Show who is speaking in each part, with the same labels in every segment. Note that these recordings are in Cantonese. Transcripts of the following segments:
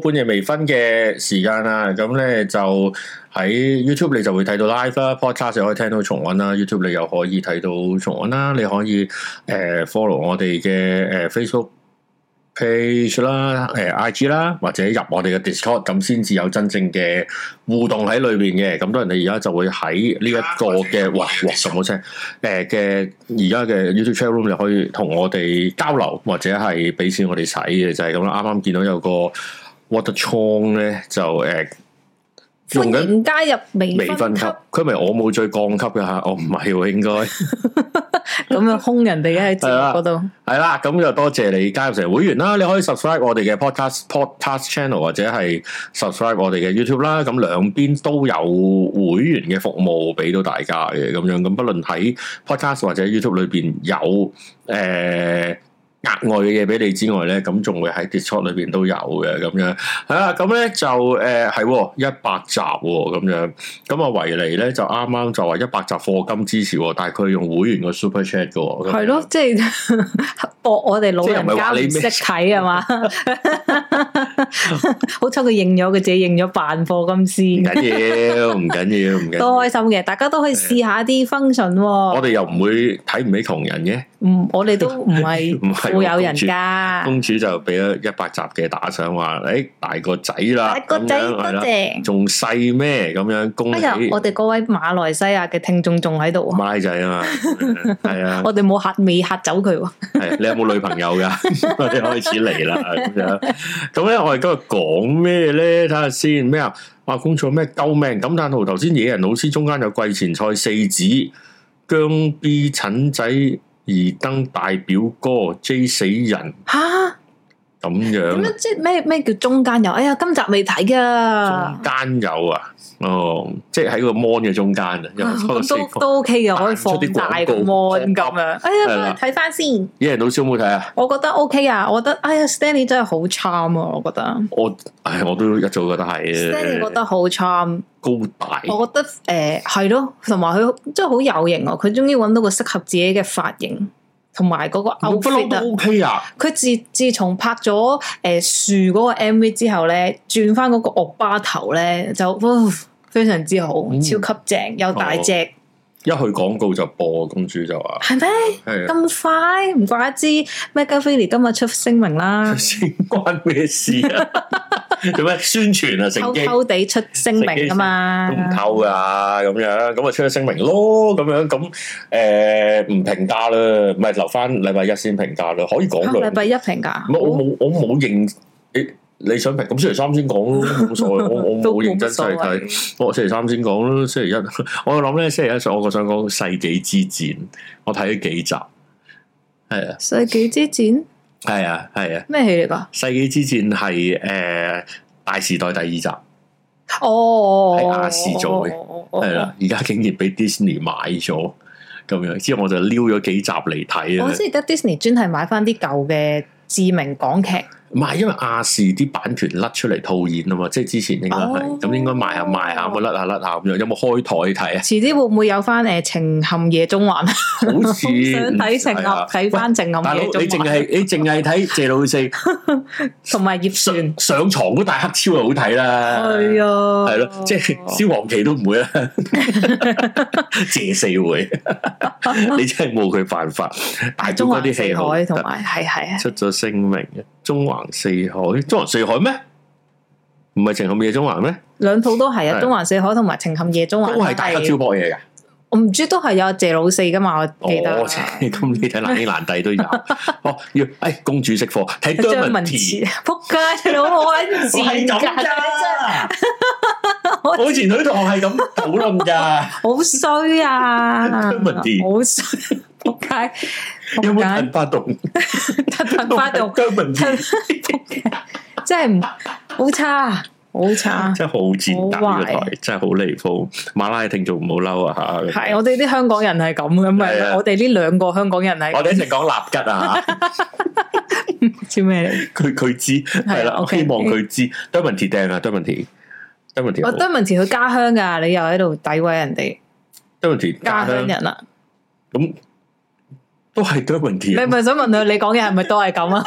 Speaker 1: 半夜微醺嘅時間啦，咁咧就喺 YouTube 你就會睇到 live 啦，podcast 又可以聽到重溫啦，YouTube 你又可以睇到重溫啦，你可以誒、呃 follow 我哋嘅誒呃 Facebook。page 啦，誒、IG 啦，或者入我哋嘅 Discord，咁先至有真正嘅互動喺裏邊嘅。咁當然你而家就會喺呢一個嘅，哇哇咁好聲，誒呃嘅而家嘅 YouTube chat room 你可以同我哋交流，或者係俾錢我哋使嘅，就係咁啦。啱啱見到有個 Water 倉咧，就誒、呃
Speaker 2: 歡
Speaker 1: 用緊
Speaker 2: 迎加入微
Speaker 1: 微分
Speaker 2: 分
Speaker 1: 級
Speaker 2: 級，，
Speaker 1: 佢咪我冇最降級嘅嚇，我唔係喎應該。
Speaker 2: 咁樣兇人哋喺節
Speaker 1: 啊
Speaker 2: 目嗰度。
Speaker 1: 系啦，咁就多謝你加入成會員啦。你可以 subscribe 我哋嘅 podcast podcast channel 或者係 subscribe 我哋嘅 YouTube 啦。咁兩邊都有會員嘅服務俾到大家嘅咁樣。咁不論喺 podcast 或者 YouTube 裏邊有誒、呃、額外嘅嘢俾你之外咧，咁仲會喺 Discord 裏邊都有嘅咁樣。係啦，咁咧就誒係一百集喎咁樣。咁啊維尼咧就啱啱就話一百集課金支持喎，但係佢用會員個 super chat 嘅喎。咁樣
Speaker 2: 係咯，即係 博我哋老人
Speaker 1: 啊即係唔係
Speaker 2: 家
Speaker 1: 話
Speaker 2: 唔
Speaker 1: 你咩
Speaker 2: 識睇啊嘛， 好彩佢認咗，佢自己認咗扮課
Speaker 1: 唔
Speaker 2: 金師，
Speaker 1: 緊要，唔緊要，唔緊要。
Speaker 2: 都開心嘅。大家都可以試下啲 function
Speaker 1: 我
Speaker 2: 喎。
Speaker 1: 哋又唔會睇唔起窮人嘅，
Speaker 2: 唔，我哋都 唔係
Speaker 1: 唔係喎
Speaker 2: 富有人家。
Speaker 1: 公主就俾咗一百集嘅打賞，話誒大個仔啦，
Speaker 2: 大個仔
Speaker 1: 咁樣
Speaker 2: 多
Speaker 1: 係啦
Speaker 2: 謝。
Speaker 1: 仲細咩？咁樣恭
Speaker 2: 哎
Speaker 1: 喜
Speaker 2: 呀，我哋嗰位馬來西亞嘅聽眾仲喺度喎，
Speaker 1: 拉仔 啊嘛，係啊，
Speaker 2: 我哋冇嚇未嚇走佢喎。
Speaker 1: 係你有冇女朋友噶？ 我哋開始嚟啦，咁樣。咁咧，我哋今日講咩咧？睇下先咩啊？啊，工作咩？救命！感嘆號頭先野人老師中間有季前賽四子姜 B 陳仔兒登大表哥 J 死人
Speaker 2: 吓？
Speaker 1: 咁
Speaker 2: 點
Speaker 1: 樣，
Speaker 2: 樣即係咩咩叫中間有？哎呀，今集未睇噶
Speaker 1: 中。間有啊，哦，即係喺個 mon 嘅中間啊，有
Speaker 2: 啊
Speaker 1: 個
Speaker 2: 咁
Speaker 1: 四
Speaker 2: 都
Speaker 1: 個。
Speaker 2: 都 OK 嘅，
Speaker 1: 彈
Speaker 2: 可以
Speaker 1: 出啲
Speaker 2: 放大個
Speaker 1: 廣告
Speaker 2: mon 咁樣。哎呀，
Speaker 1: 係
Speaker 2: 幫我
Speaker 1: 啦
Speaker 2: 睇翻先，
Speaker 1: 野人老師有冇睇啊？
Speaker 2: 我覺得 OK 啊，我覺得哎呀，Stanley 真係好 charm 啊，我覺得
Speaker 1: 我唉，我都一早覺得
Speaker 2: Stanley 覺
Speaker 1: 係
Speaker 2: 得好 charm，
Speaker 1: 高大，
Speaker 2: 我覺得誒係咯，同埋佢真係好有型啊！佢終於揾到個適合自己嘅髮型，同埋嗰個
Speaker 1: 我不嬲
Speaker 2: outfit 啊！
Speaker 1: 都 OK 啊。
Speaker 2: 佢自自從拍咗呃誒樹嗰個 MV 之後咧，轉翻嗰個惡巴頭咧，就哇非常之好，
Speaker 1: 嗯哦
Speaker 2: 超級正，又大隻，
Speaker 1: 一去廣告就播，公主就話
Speaker 2: 係咩？
Speaker 1: 係啊，，
Speaker 2: 咁快，唔怪得知 Megaphilly 今日出聲明啦
Speaker 1: 先 關咩事啊？ 做咩宣傳啊？
Speaker 2: 偷
Speaker 1: 乘機
Speaker 2: 偷地出聲明噶嘛
Speaker 1: 都，唔偷噶咁樣，咁啊出咗聲明咯，咁樣咁誒唔評價啦，唔係留翻禮拜一先評價啦，可以講
Speaker 2: 啊
Speaker 1: 兩
Speaker 2: 禮拜一評價，
Speaker 1: 唔係我冇我冇認你你想評，咁星期三先講咯，冇所謂，我 我
Speaker 2: 都
Speaker 1: 冇認真細睇。
Speaker 2: 睇，
Speaker 1: 我星期三先講啦，星期一 我諗咧，星期一上我想講《世紀之戰》，我睇咗幾集，係啊，
Speaker 2: 世紀之戰
Speaker 1: 係啊，係啊，
Speaker 2: 咩戲嚟噶？
Speaker 1: 《世紀之戰》係誒大時代第二集，係
Speaker 2: 哦，
Speaker 1: 係亞視做嘅
Speaker 2: 嘅
Speaker 1: 啦，而家竟然俾 Disney 買咗，咁樣之後我就撩咗幾集嚟睇
Speaker 2: 我
Speaker 1: 啊，
Speaker 2: 知而家 Disney 專係買翻啲舊嘅知名港劇，
Speaker 1: 唔係因為亞視啲版權甩出嚟套現啊嘛，即係之前應該
Speaker 2: 哦
Speaker 1: 係咁應該賣下賣下，咁啊甩下甩下咁樣，有冇開台睇啊？
Speaker 2: 遲啲會唔會有翻誒情陷夜中環？
Speaker 1: 好
Speaker 2: 好
Speaker 1: 似
Speaker 2: 想睇情陷
Speaker 1: 嗯係啊
Speaker 2: 睇翻情
Speaker 1: 大
Speaker 2: 陷
Speaker 1: 佬，
Speaker 2: 夜
Speaker 1: 你
Speaker 2: 中
Speaker 1: 淨
Speaker 2: 環，
Speaker 1: 係你淨係睇謝老四
Speaker 2: 同埋葉璇，
Speaker 1: 上上床嗰大黑超就好睇啦，
Speaker 2: 係啊，
Speaker 1: 係咯，即係蕭煌奇都唔 會 啦，謝四會，你真係冇佢辦法。大表
Speaker 2: 中
Speaker 1: 哥
Speaker 2: 環
Speaker 1: 啲戲
Speaker 2: 四
Speaker 1: 好
Speaker 2: 海同埋係係啊。
Speaker 1: 出咗聲明，中環四海，中環四海咩？唔係情陷夜中環咩？
Speaker 2: 兩套都係
Speaker 1: 係
Speaker 2: 啊，中環四海同埋情陷夜中
Speaker 1: 都
Speaker 2: 環
Speaker 1: 係大黑超博嘢㗎。
Speaker 2: 我唔知都係有謝老四噶嘛，我記得。
Speaker 1: 哦，咁 你睇難兄難弟都有。哦，要誒公主識貨，睇姜文
Speaker 2: 哲，
Speaker 1: 田。
Speaker 2: 仆街老我喺
Speaker 1: 我係
Speaker 2: 賤格，
Speaker 1: 咁 咋？我以前女同學係咁討論㗎。
Speaker 2: 好衰啊！
Speaker 1: 姜文田
Speaker 2: 好衰，仆街，
Speaker 1: 有冇
Speaker 2: 仆
Speaker 1: 騰
Speaker 2: 街，
Speaker 1: 發動？
Speaker 2: 突然發動，
Speaker 1: 姜文田
Speaker 2: 仆街， 真係唔好差，啊好差。
Speaker 1: 真係好賤格呢個
Speaker 2: 好
Speaker 1: 台，真係好離譜。馬拉嘅聽眾唔好嬲啊嚇！
Speaker 2: 係我哋啲香港人係咁嘅，咪
Speaker 1: 係啊
Speaker 2: 我哋呢兩個香港人係
Speaker 1: 我哋一直講納吉 啊，
Speaker 2: 知咩嚟？
Speaker 1: 佢佢知係啦，我
Speaker 2: 啊 OK
Speaker 1: 希望佢知。d 文 m 掟啊 d 文 m 德文田，
Speaker 2: 我
Speaker 1: 德
Speaker 2: 鄧文田佢家鄉㗎，你又喺度詆毀人哋
Speaker 1: 文田
Speaker 2: 家
Speaker 1: 家
Speaker 2: 鄉
Speaker 1: 鄉
Speaker 2: 人啦。
Speaker 1: 咁都係啊 d 文
Speaker 2: 你
Speaker 1: 田。
Speaker 2: 咪想問佢，你講嘢係咪都係咁啊？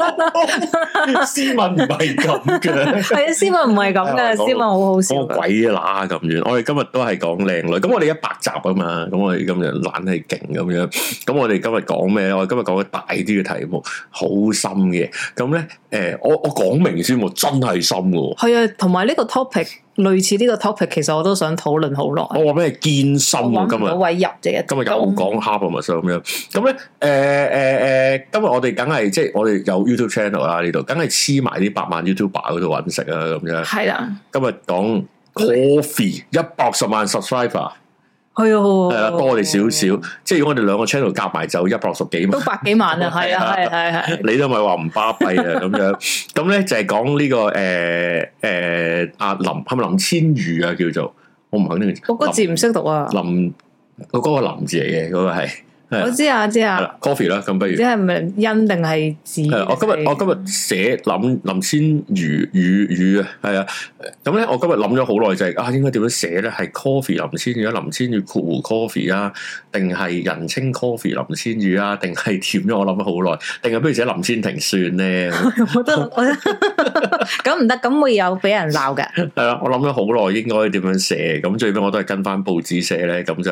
Speaker 1: 斯文唔係咁嘅。
Speaker 2: 係啊，斯文唔係咁
Speaker 1: 係啊
Speaker 2: 嘅，斯文好好笑
Speaker 1: 講
Speaker 2: 㗎。
Speaker 1: 鬼乸咁遠，我哋今日都係講靚女，咁我哋一百集啊嘛，咁我哋今日懶係勁咁樣，咁我哋今日講咩？我哋今日講嘅大啲嘅題目，好深嘅，咁咧，诶、我我講明先喎，真係深嘅喎，
Speaker 2: 係啊，同埋呢個 topic 類似呢個 topic，其實我都想討論好耐，
Speaker 1: 我話咩堅深
Speaker 2: 我
Speaker 1: 啊，
Speaker 2: 揾
Speaker 1: 今
Speaker 2: 唔到
Speaker 1: 日。
Speaker 2: 位入啫。
Speaker 1: 今日又講 h a r b o r 咁樣，咁咧誒誒誒，今日我哋梗係即係我哋有 YouTube channel 啦，呢度梗係黐埋啲百萬 YouTuber 嗰度揾食啊咁樣。
Speaker 2: 係啦，
Speaker 1: 今日講 coffee 一百十萬 subscriber
Speaker 2: 係啊，
Speaker 1: 係啦，多我哋少少，即係如果我哋兩個 channel 夾埋就一百十幾萬
Speaker 2: 哦都。百幾萬啊，係啊，係係係。
Speaker 1: 你都咪話唔巴閉啊咁樣， 咁咧就係講呢個誒誒阿林係咪林千羽啊叫做，我唔肯定
Speaker 2: 我個字唔識讀啊，
Speaker 1: 林嗰嗰個林字嚟嘅嗰個係係
Speaker 2: 我知啊知
Speaker 1: 係
Speaker 2: 啊，
Speaker 1: 啦 coffee 啦，咁不
Speaker 2: 唔
Speaker 1: 如
Speaker 2: 知。係咪因定係字？
Speaker 1: 係啊我今日我今日寫林林千如語語啊，係啊，咁咧我今日諗咗好耐就係、啊，應該點樣寫咧？係 coffee 林千羽啊，林千羽括弧 coffee 啊，定係人稱 coffee 林千羽啊，定係點咗？我諗咗好耐，定係不如寫林千婷算咧？
Speaker 2: 我都 我都咁唔得，咁會有俾人鬧嘅。
Speaker 1: 係啦，我諗咗好耐應該點樣寫，咁最尾我都係跟翻報紙寫咧，咁就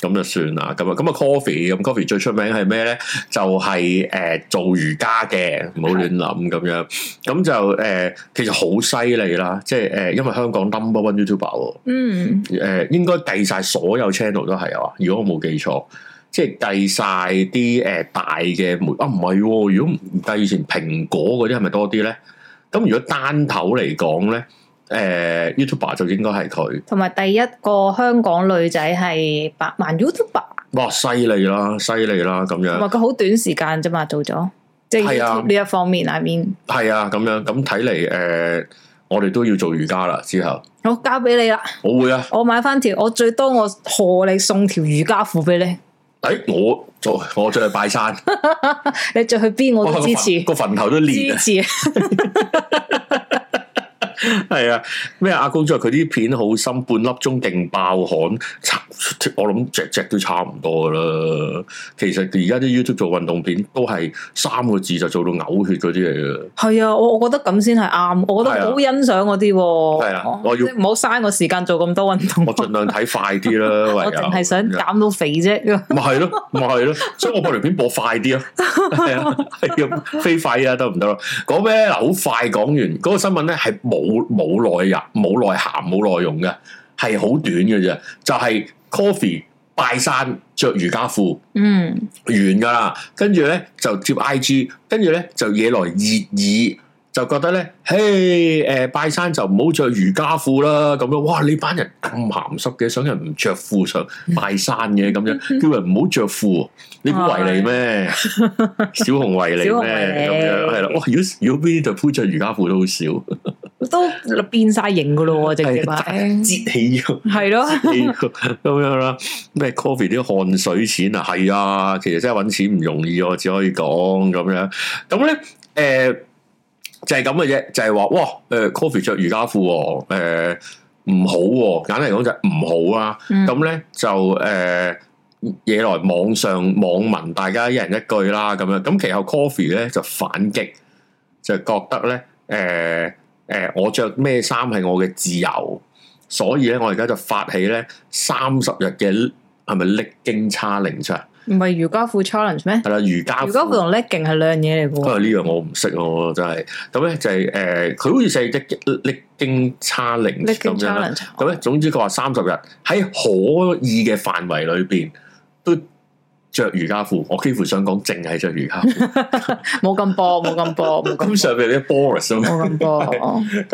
Speaker 1: 咁就算啦。咁啊，咁啊 coffee 咁 coffee 最出名係咩咧？就係、呃做瑜伽嘅，唔好亂諗咁樣。咁就誒、呃其實好犀利啦，即係誒、呃因為香港 number one YouTuber 喎。
Speaker 2: 嗯，
Speaker 1: 誒、應該計晒所有 channel 都係啊，如果我冇記錯，即係計晒啲誒大嘅媒啊，唔係喎，如果唔計以前蘋果嗰啲係咪多啲咧？咁如果單頭嚟呃講咧，誒、YouTuber 就應該係佢，
Speaker 2: 同埋第一個香港女仔係百萬 YouTuber，
Speaker 1: 哇，犀利啦，犀利啦咁
Speaker 2: 同
Speaker 1: 樣，
Speaker 2: 埋佢好短時間啫嘛，做咗即係
Speaker 1: 係啊
Speaker 2: YouTube 呢一方面，I mean，
Speaker 1: 係啊，咁樣咁睇嚟誒，我哋都要做瑜伽啦，之後
Speaker 2: 好交俾你啦，
Speaker 1: 我會啊，
Speaker 2: 我買翻條，我最多我賀你送條瑜伽褲俾你，
Speaker 1: 誒、我做我再去拜山，
Speaker 2: 你着去邊 我
Speaker 1: 哇
Speaker 2: 都
Speaker 1: 個
Speaker 2: 支
Speaker 1: 墳
Speaker 2: 持
Speaker 1: 個墳頭都裂
Speaker 2: 支
Speaker 1: 啊！
Speaker 2: 持，
Speaker 1: 系啊，咩阿公之佢啲片好深，半粒鐘勁爆汗，差我諗隻隻都差唔多噶啦。其實而家啲 YouTube 做運動片都係三個字就做到嘔血嗰啲嚟嘅。
Speaker 2: 係啊，我我覺得咁先係啱，我覺
Speaker 1: 係
Speaker 2: 得
Speaker 1: 啊
Speaker 2: 好欣賞嗰啲喎，
Speaker 1: 係啊我要
Speaker 2: 即係唔好嘥我時間做咁多運動，
Speaker 1: 我盡量睇快啲啦，唯
Speaker 2: 我
Speaker 1: 有
Speaker 2: 淨係想減到肥啫。
Speaker 1: 咪係咯，咪係咯，所以我播條片播快啲啊，係啊，係咁飛快啊，得唔得咯？講咩嗱，好快講完嗰、個新聞咧，係冇冇內入、冇內涵、冇內容嘅，係好短嘅啫，就係、coffee 拜山着瑜伽褲。
Speaker 2: 嗯，
Speaker 1: 完噶啦，跟住咧就接 I G，跟住咧就惹來熱議，就覺得咧，嘿，誒、拜山就唔好着瑜伽褲啦，咁樣，哇！你班人咁鹹濕嘅，想人唔着褲上拜山嘅咁樣， 叫人唔好着褲，你估為你咩？小紅為你
Speaker 2: 啊小紅
Speaker 1: 咩？
Speaker 2: 為
Speaker 1: 咁
Speaker 2: 你
Speaker 1: 樣係啦，哇！如果如果邊度鋪着瑜伽褲都好少，
Speaker 2: 都變晒型噶咯喎，直接
Speaker 1: 係啊
Speaker 2: 係
Speaker 1: 節氣喎
Speaker 2: 係咯，
Speaker 1: 咁樣啦，啊咩 coffee 啲汗水錢啊，係啊，其實真係揾錢唔容易，我啊只可以講咁樣。咁咧，誒、就係咁嘅啫，就係、話，哇，誒、coffee 着瑜伽褲喎、誒唔好喎、簡單嚟講就係唔好啦、
Speaker 2: 嗯
Speaker 1: 咁咧就誒、惹來網上網民大家一人一句啦，咁樣咁其後 coffee 咧就反擊，就覺得咧誒。誒、我着咩衫係我嘅自由，所以咧我而家就發起咧三十日嘅係咪歷經 challenge 啊？
Speaker 2: 唔係瑜伽褲 challenge 咩？
Speaker 1: 係啦，瑜伽
Speaker 2: 瑜伽褲
Speaker 1: 褲。
Speaker 2: 同 legging 係兩嘢嚟
Speaker 1: 不過
Speaker 2: 嘅
Speaker 1: 呢樣我唔識喎，真係咁咧就係誒，佢好似就係歷歷經
Speaker 2: 喎
Speaker 1: challenge 咁
Speaker 2: ，legging
Speaker 1: 樣啦。
Speaker 2: challenge。
Speaker 1: 咁咧總之佢話三十日喺可以嘅範圍裏邊都着瑜伽褲，我幾乎想講淨係着瑜伽 褲。
Speaker 2: 冇咁播，冇咁播，冇咁
Speaker 1: 咁上面啲 Boris 啊嘛
Speaker 2: 播冇咁播。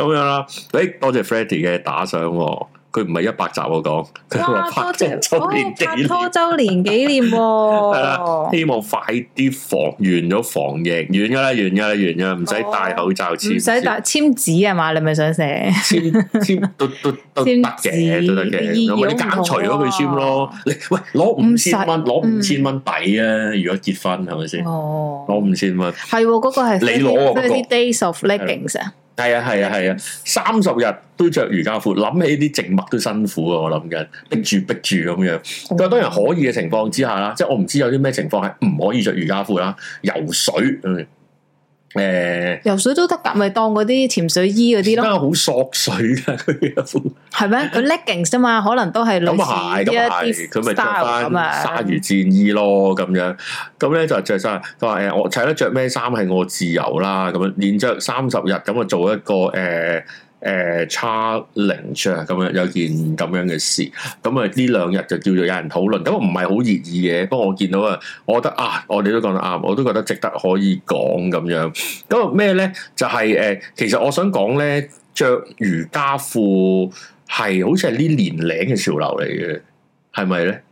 Speaker 1: 咁樣啦。誒，多謝 Freddy 嘅打賞喎，佢唔係一百集我講，佢話
Speaker 2: 哇！
Speaker 1: 拍
Speaker 2: 多
Speaker 1: 拖
Speaker 2: 謝
Speaker 1: 周年
Speaker 2: 哦，
Speaker 1: 紀
Speaker 2: 拍
Speaker 1: 念，
Speaker 2: 拖周年紀念
Speaker 1: 係啦，
Speaker 2: 喎，
Speaker 1: 希望快啲防完咗防疫，完噶啦，完噶啦，完噶啦，唔使戴口罩，
Speaker 2: 哦唔使
Speaker 1: 戴
Speaker 2: 帶簽紙啊嘛？你咪想寫？
Speaker 1: 簽簽都都 都得
Speaker 2: 簽
Speaker 1: 嘅，
Speaker 2: 字
Speaker 1: 都得嘅，
Speaker 2: 意義
Speaker 1: 咁咪你
Speaker 2: 好唔
Speaker 1: 減
Speaker 2: 同
Speaker 1: 除咗佢簽咯。你喂攞五
Speaker 2: 唔
Speaker 1: 千
Speaker 2: 實
Speaker 1: 蚊，攞五
Speaker 2: 嗯
Speaker 1: 千蚊抵啊！如果結婚係咪先？
Speaker 2: 哦，
Speaker 1: 攞五千蚊。
Speaker 2: 係喎，嗰個係
Speaker 1: 你攞喎嗰個
Speaker 2: Thirty Days of à? Leggings 啊，
Speaker 1: 系啊系啊系啊，三十日都着瑜伽褲，諗起啲靜物都辛苦啊！我諗緊，逼住逼住咁
Speaker 2: 哦
Speaker 1: 樣。佢話當然可以嘅情況之下啦，即系我唔知有啲咩情況係唔可以着瑜伽褲啦，游水嗯誒，
Speaker 2: 游水都得㗎，咪當嗰啲潛水衣嗰啲
Speaker 1: 而
Speaker 2: 咯，
Speaker 1: 家好索水啊㗎佢有
Speaker 2: 係咩？佢 leggings 啫嘛，可能都係類
Speaker 1: 嗯咁啊
Speaker 2: 似
Speaker 1: 係，
Speaker 2: 一
Speaker 1: 咁啊
Speaker 2: 啲
Speaker 1: 係，佢咪着
Speaker 2: style
Speaker 1: 翻
Speaker 2: 咁啊。
Speaker 1: 鯊魚戰衣咯，咁樣咁咧就着衫。佢話誒，我睇得着咩衫係我自由啦，咁樣連着三十日，咁啊做一個誒。誒 challenge 啊咁樣有件咁樣嘅事，咁啊呢兩日就叫做有人討論，咁啊唔係好熱議嘅，不過我見到啊，我覺得啊，我哋都講得啱，我都覺得值得可以講咁樣。咁啊咩咧？就係、誒、其實我想講咧，着瑜伽褲係好似係呢年齡嘅潮流嚟嘅，係咪咧？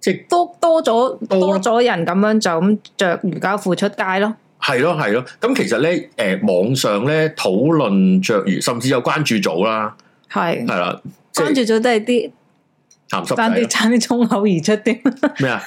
Speaker 1: 即係
Speaker 2: 多多咗
Speaker 1: 多咯
Speaker 2: 多咗人咁樣就咁着瑜伽褲出街咯，
Speaker 1: 係咯係咯，咁其實咧誒、網上咧討論着瑜，甚至有關注組啦，
Speaker 2: 係
Speaker 1: 係啦，即
Speaker 2: 關
Speaker 1: 係
Speaker 2: 注咗都係啲
Speaker 1: 鹹濕
Speaker 2: 爭
Speaker 1: 仔
Speaker 2: 啲
Speaker 1: 啦
Speaker 2: 爭啲 衝口而出添，
Speaker 1: 咩啊？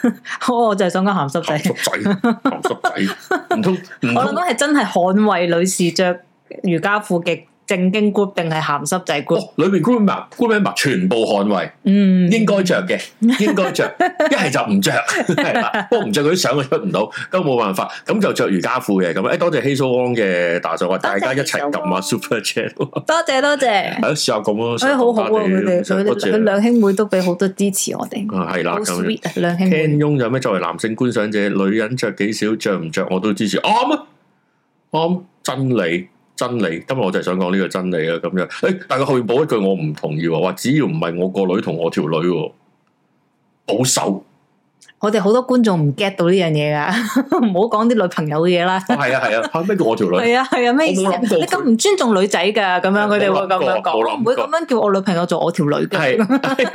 Speaker 2: 我就係想講鹹濕
Speaker 1: 鹹
Speaker 2: 仔，
Speaker 1: 濕仔， 鹹濕仔，唔通唔
Speaker 2: 我諗
Speaker 1: 通？
Speaker 2: 緊係真係捍衞女士着瑜伽褲嘅正經 group 定係鹹濕仔 group？
Speaker 1: 哦，裏邊 group member group member 全部捍衞。
Speaker 2: 嗯，
Speaker 1: 應該着嘅，應該 着，一係就唔着，係啦。不過唔着嗰啲相佢出唔到，咁冇辦法，咁就着瑜伽褲嘅咁。誒，多謝希蘇安嘅打賞，話大家一齊撳下 Super Chat，係
Speaker 2: 多謝多謝，
Speaker 1: 咯，試下咁咯。
Speaker 2: 所以好好啊！佢哋佢
Speaker 1: 多
Speaker 2: 哋佢
Speaker 1: 謝。
Speaker 2: 兩兄妹都俾好多支持我哋，
Speaker 1: 啊，係啦，
Speaker 2: 好
Speaker 1: 咁樣。
Speaker 2: sweet 啊！兩兄妹
Speaker 1: Ken。Yong 有咩作為男性觀賞者，女人着幾少，着唔着我都支持，啱啊，啱，真理。真理，今日我就係想講呢個真理啊，咁樣。誒、但係佢後面補一句，我唔同意喎，話只要唔係我個女同我條女喎，保守。
Speaker 2: 我哋好多觀眾唔 get 到呢樣嘢噶， 唔好講啲女朋友嘅嘢啦。
Speaker 1: 哦，係啊，係啊，嚇 咩叫我條女？
Speaker 2: 係啊係啊，咩意思
Speaker 1: 我
Speaker 2: 啊？
Speaker 1: 冇
Speaker 2: 你
Speaker 1: 諗過
Speaker 2: 咁唔尊重女仔㗎，咁樣佢哋會咁樣
Speaker 1: 冇諗過
Speaker 2: 講，我唔會
Speaker 1: 冇諗過
Speaker 2: 咁樣叫我女朋友做我條女㗎。
Speaker 1: 係，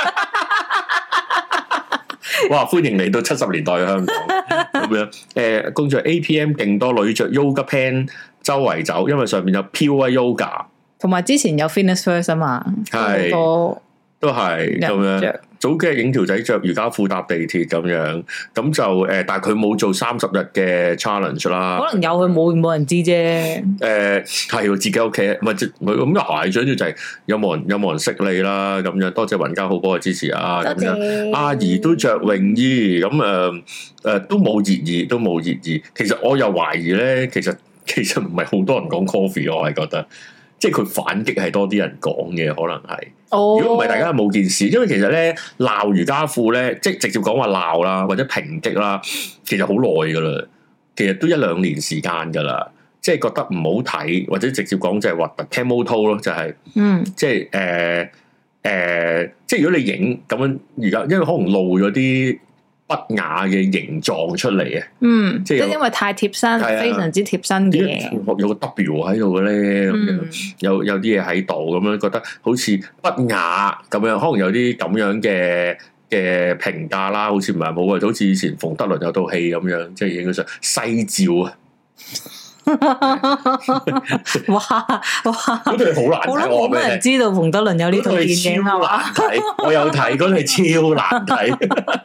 Speaker 1: 哇！歡迎嚟到七十年代嘅 香港咁樣。誒、工作 APM 勁多女着 yoga pant 周圍走，因為上面有 pure yoga，
Speaker 2: 同埋之前有 fitness first 啊嘛，
Speaker 1: 係
Speaker 2: 好多
Speaker 1: 都係咁
Speaker 2: 人
Speaker 1: 樣。
Speaker 2: 着
Speaker 1: 早幾日影條仔着瑜伽褲搭地鐵咁樣，咁就誒、但係佢冇做三十日嘅 challenge 啦。
Speaker 2: 可能有佢冇冇人知啫。
Speaker 1: 誒係喎，自己屋企唔係即唔係咁又係，最緊要就係有冇人有冇人識你啦咁樣。多謝雲家好哥嘅支持啊咁樣。
Speaker 2: 謝
Speaker 1: 阿怡都着泳衣，咁誒誒都冇熱議，都冇熱議。其實我又懷疑咧，其實 其實唔係好多人講 coffee，我係覺得，即係佢反擊係多啲人講嘅，可能係。
Speaker 2: 哦，
Speaker 1: 如果唔係，大家冇件事，因為其實咧鬧瑜伽褲咧，即係直接講話鬧啦，或者抨擊啦，其實好耐噶啦，其實都一兩年時間噶啦。即係覺得唔好睇，或者直接講就係核突 camo toe 咯，就係、
Speaker 2: 嗯
Speaker 1: 即係誒誒，即係如果你影咁樣而家，因為可能露咗啲不雅嘅形狀出嚟嘅，
Speaker 2: 嗯，
Speaker 1: 即
Speaker 2: 即
Speaker 1: 係有
Speaker 2: 係因為太貼身，
Speaker 1: 係啊
Speaker 2: 非常之貼身嘅
Speaker 1: 點
Speaker 2: 嘢
Speaker 1: 解。有個 W 喺度嘅咧？咁樣
Speaker 2: 嗯，
Speaker 1: 有有啲嘢喺度，咁樣覺得好似不雅咁樣，可能有啲咁樣嘅。嘅評價啦，好似唔係冇啊，就好似以前馮德倫有套戲咁樣，即係影咗上西照啊，
Speaker 2: 哇哇！
Speaker 1: 嗰套戲好難
Speaker 2: 我
Speaker 1: 睇，
Speaker 2: 諗冇
Speaker 1: 我話
Speaker 2: 乜
Speaker 1: 俾
Speaker 2: 人知道馮德倫有
Speaker 1: 你
Speaker 2: 呢
Speaker 1: 聽，嗰
Speaker 2: 套
Speaker 1: 套戲
Speaker 2: 電影啊
Speaker 1: 超
Speaker 2: 係嘛？
Speaker 1: 難睇，我有睇，嗰套戲超難睇。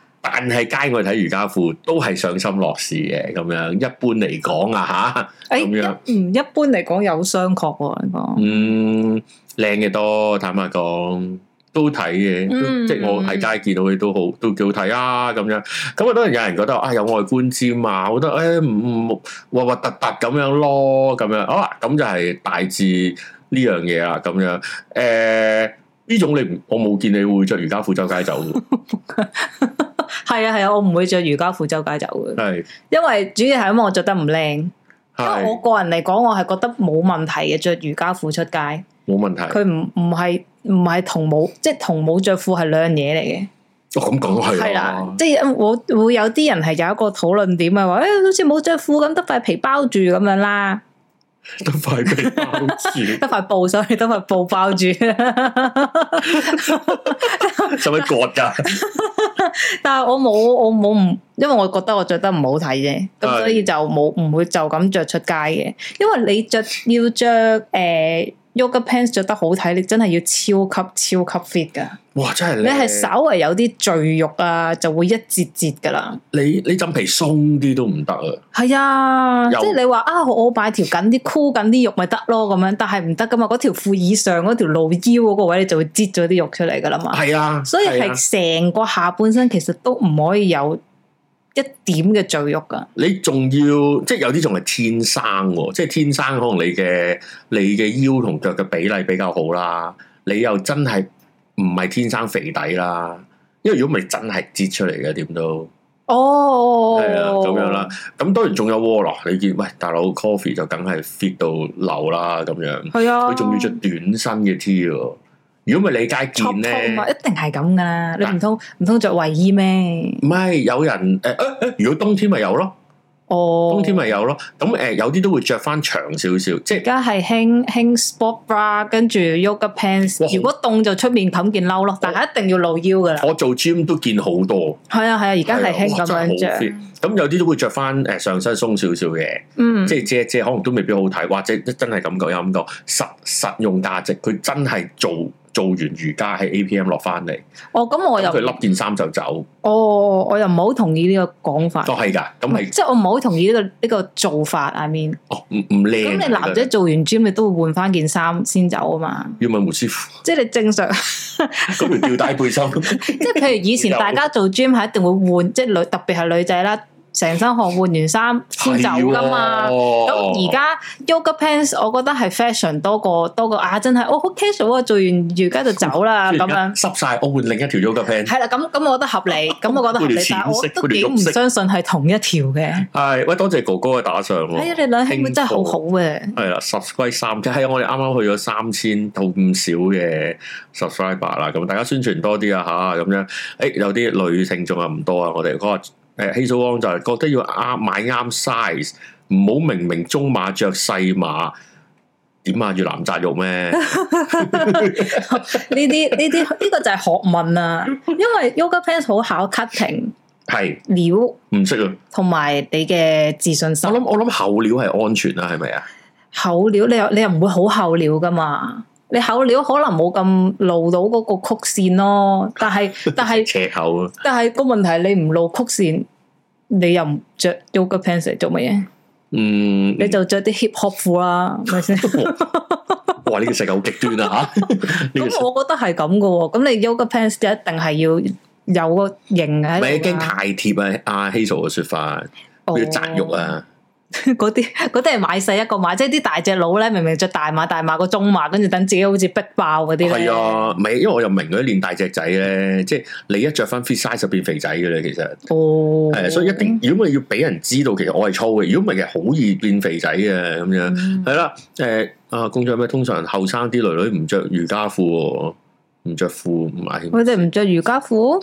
Speaker 1: 但係街外睇瑜伽褲都係上心落市嘅咁樣，一般嚟講啊吓，咁樣
Speaker 2: 誒，哎一嗯唔一般嚟講有商榷喎，你講。
Speaker 1: 嗯靚嘅多，坦白講都睇嘅，都
Speaker 2: 嗯
Speaker 1: 即係我喺街見到佢都好都幾好睇啊咁樣。咁啊當然有人覺得啊有外觀尖啊，我覺得誒唔唔核核突突咁樣咯，咁樣好啦，咁就係大致呢樣嘢啊啦，咁樣誒。呢種你唔，我冇見你會着瑜伽褲 周街走嘅，
Speaker 2: 係啊係啊，我唔會着瑜伽褲周街走嘅，
Speaker 1: 係
Speaker 2: 因為主要係因為我着得唔靚。因為我
Speaker 1: 係
Speaker 2: 個人嚟講，我係覺得冇問題嘅着瑜伽褲出街，
Speaker 1: 冇問題。哦
Speaker 2: 佢唔唔係唔係同冇即係同冇着褲係兩樣嘢嚟
Speaker 1: 哦咁講
Speaker 2: 嘅，
Speaker 1: 係
Speaker 2: 係啦
Speaker 1: 啊，
Speaker 2: 即係我會有啲人係有一個討論點啊係話，誒、哎好似冇着褲咁，得塊皮包住咁樣啦，
Speaker 1: 得塊被包 住，
Speaker 2: 得塊布所以得塊布包住。
Speaker 1: 使咪割噶？
Speaker 2: 但係我冇，我冇唔，因為我覺得我着得唔好睇啫，
Speaker 1: 係
Speaker 2: 咁所以就冇唔會就咁着出街嘅。因為你着要着誒、呃 yoga pants 着得好睇，你真係要超級超級 fit 噶。
Speaker 1: 哇！真係
Speaker 2: 你係稍為有啲赘肉啊，就會一節節噶啦。
Speaker 1: 你你枕皮鬆啲都唔得啊！
Speaker 2: 係啊，
Speaker 1: 有
Speaker 2: 即係你話啊，我擺條緊啲箍緊啲肉咪得咯咁樣，但係唔得噶嘛。嗰條褲以上嗰條露腰嗰個位，你就會擠咗啲肉出嚟噶啦嘛。
Speaker 1: 係啊，
Speaker 2: 所以
Speaker 1: 係啊
Speaker 2: 係成個下半身其實都唔可以有一點嘅贅肉噶。
Speaker 1: 你仲要即係有啲仲係天生喎，即係天生可能你嘅你嘅腰同腳嘅比例比較好啦，你又真係唔係天生肥底啦，因為如果唔係真係擠出嚟嘅點都
Speaker 2: 哦，
Speaker 1: 係啊咁樣啦。。咁當然仲有喎嗱，你見喂大佬 coffee 就梗係 fit 到流啦咁樣，
Speaker 2: 係啊，
Speaker 1: 佢仲要着短身嘅 T 喎。如果唔係你街
Speaker 2: 托
Speaker 1: 見咧
Speaker 2: 啊，，一定係咁噶啦。你唔通唔通着衞衣咩？
Speaker 1: 唔係有人誒誒誒，如果冬天咪有咯，
Speaker 2: 哦，嗯
Speaker 1: 冬天咪有咯。咁誒、有啲都會着翻長少少，即係
Speaker 2: 而。家係興興 sport bra，跟住 yoga pants
Speaker 1: 哇。
Speaker 2: 如果凍就出面冚件褸咯，但係一定要露腰噶啦。
Speaker 1: 我做 gym 都見好多，
Speaker 2: 係啊係啊，而家係興咁樣
Speaker 1: 係啊哇真係
Speaker 2: 着。
Speaker 1: 好 fit 咁有啲都會着翻誒上身鬆少少嘅，
Speaker 2: 嗯，
Speaker 1: 即係遮遮，可能都未必好睇，或者真係感覺有感覺實實用價值。佢真係做做完瑜伽喺 APM 落翻嚟，
Speaker 2: 哦咁我
Speaker 1: 咁
Speaker 2: 又
Speaker 1: 佢笠件衫就走，
Speaker 2: 哦，我又唔好同意呢個講法
Speaker 1: 都。係㗎。咁係
Speaker 2: 即係我唔好同意呢、個呢、個做法，I mean，
Speaker 1: 哦唔唔靚啊。
Speaker 2: 咁你男仔做完 gym 你都會換翻件衫先走啊嘛，
Speaker 1: 要問胡師傅，
Speaker 2: 即係你正常，
Speaker 1: 咁條吊帶背心
Speaker 2: 即係譬如以前
Speaker 1: 有
Speaker 2: 大家做 gym 係一定會換，即係女特別係女仔啦，成身汗換完衫先走噶嘛。咁
Speaker 1: 咁
Speaker 2: 而家 yoga pants 我覺得係 fashion 多過多過啊，真係我好 casual 啊，做完瑜伽就走 啦咁樣。
Speaker 1: 濕晒，我換另一條 yoga pant。
Speaker 2: 係啦，咁咁我覺得合理，咁我覺得合理，但係我都幾唔相信係同一條嘅。
Speaker 1: 係喂，多謝哥哥嘅打賞喎。
Speaker 2: 哎呀，你兩兄妹真係好好啊嘅。
Speaker 1: 系啦，subscribe 三千，係啊我哋啱啱去咗三千到唔少嘅 subscriber 啦，咁大家宣傳多啲啊吓，咁樣，诶、有啲女性仲啊唔多啊，我哋嗰個诶希素汪就係覺得要啱買啱 size，唔好明明中碼着細碼，點啊越南扎肉咩？
Speaker 2: 呢啲呢啲呢個就係學問啊，因為 yoga pants 好考 cutting
Speaker 1: 係
Speaker 2: 料
Speaker 1: 唔識啊！
Speaker 2: 同埋你嘅自信
Speaker 1: 我
Speaker 2: 心。
Speaker 1: 諗我諗厚料係安全啦，係咪啊？
Speaker 2: 厚料你又你又唔會好厚料噶嘛？你厚料可能冇咁露到嗰個曲線咯，但 係但係
Speaker 1: 斜口啊，
Speaker 2: 但係個問題係你唔露曲線，你又唔着 yoga pants 嚟做乜嘢？
Speaker 1: 嗯，
Speaker 2: 你就着啲 hip hop 褲啦，係咪 先？
Speaker 1: 哇呢、個世界好極端啊吓，呢、個世
Speaker 2: 咁我覺得係咁噶喎，咁你 yoga pants 就一定係要有個型喺
Speaker 1: 唔係
Speaker 2: 度
Speaker 1: 驚
Speaker 2: 啦
Speaker 1: 太貼啊！阿希素嘅說法，要扎肉
Speaker 2: 哦
Speaker 1: 啊！
Speaker 2: 嗰啲嗰啲係買細一個碼，即係啲大隻佬咧，明明着大碼大碼個中碼，跟住等自己好似逼爆嗰啲咧。
Speaker 1: 係啊，唔係，因為我又明嗰啲練大隻仔咧，即係你一着翻 fit size 就變肥仔嘅咧，其實
Speaker 2: 哦，
Speaker 1: 係啊，所以一定如果要俾人知道，其實我係粗嘅，如果唔係，其實好易變肥仔嘅咁樣。
Speaker 2: 嗯
Speaker 1: 係啦，誒啊，工作咩？通常後生啲女女唔着瑜伽褲喎，唔着褲唔係
Speaker 2: 佢哋唔着瑜伽
Speaker 1: 啊
Speaker 2: 褲，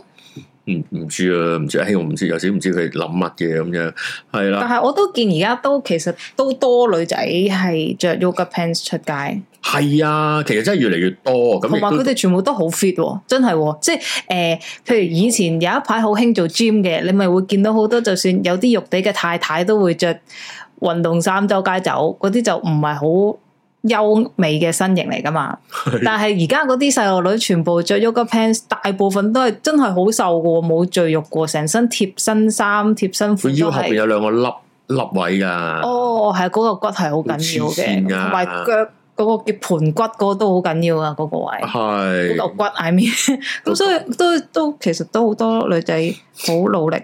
Speaker 1: 唔唔知啊，唔知，嘿，我唔知，有時唔知佢諗乜嘅咁樣，係
Speaker 2: 但
Speaker 1: 啦，
Speaker 2: 係我都見而家都其實都多女仔係着 yoga pants 出街，
Speaker 1: 係啊，其實真係越嚟越多，咁
Speaker 2: 同
Speaker 1: 亦
Speaker 2: 埋佢
Speaker 1: 都
Speaker 2: 哋全部都好 fit 喎，真係喎，即係誒、呃譬如以前有一排好興做 gym 嘅，你咪會見到好多，就算有啲肉地嘅太太都會着運動衫周街走，嗰啲就唔係好優美嘅身形嚟噶嘛。但係而家嗰啲細路女全部着 yoga pants，大部分都係真係好瘦嘅喎，冇贅肉過，成身貼身衫、貼身
Speaker 1: 佢
Speaker 2: 褲
Speaker 1: 腰
Speaker 2: 都
Speaker 1: 後邊啊
Speaker 2: 係。
Speaker 1: 有兩個粒粒位㗎。
Speaker 2: 哦，係嗰個骨係好緊要
Speaker 1: 好黐
Speaker 2: 嘅，
Speaker 1: 線㗎
Speaker 2: 同埋腳嗰個叫盤骨嗰個都好緊要啊，嗰個位。
Speaker 1: 係
Speaker 2: 嗰嚿骨 I mean，咁所以都都其實都好多女仔好努力，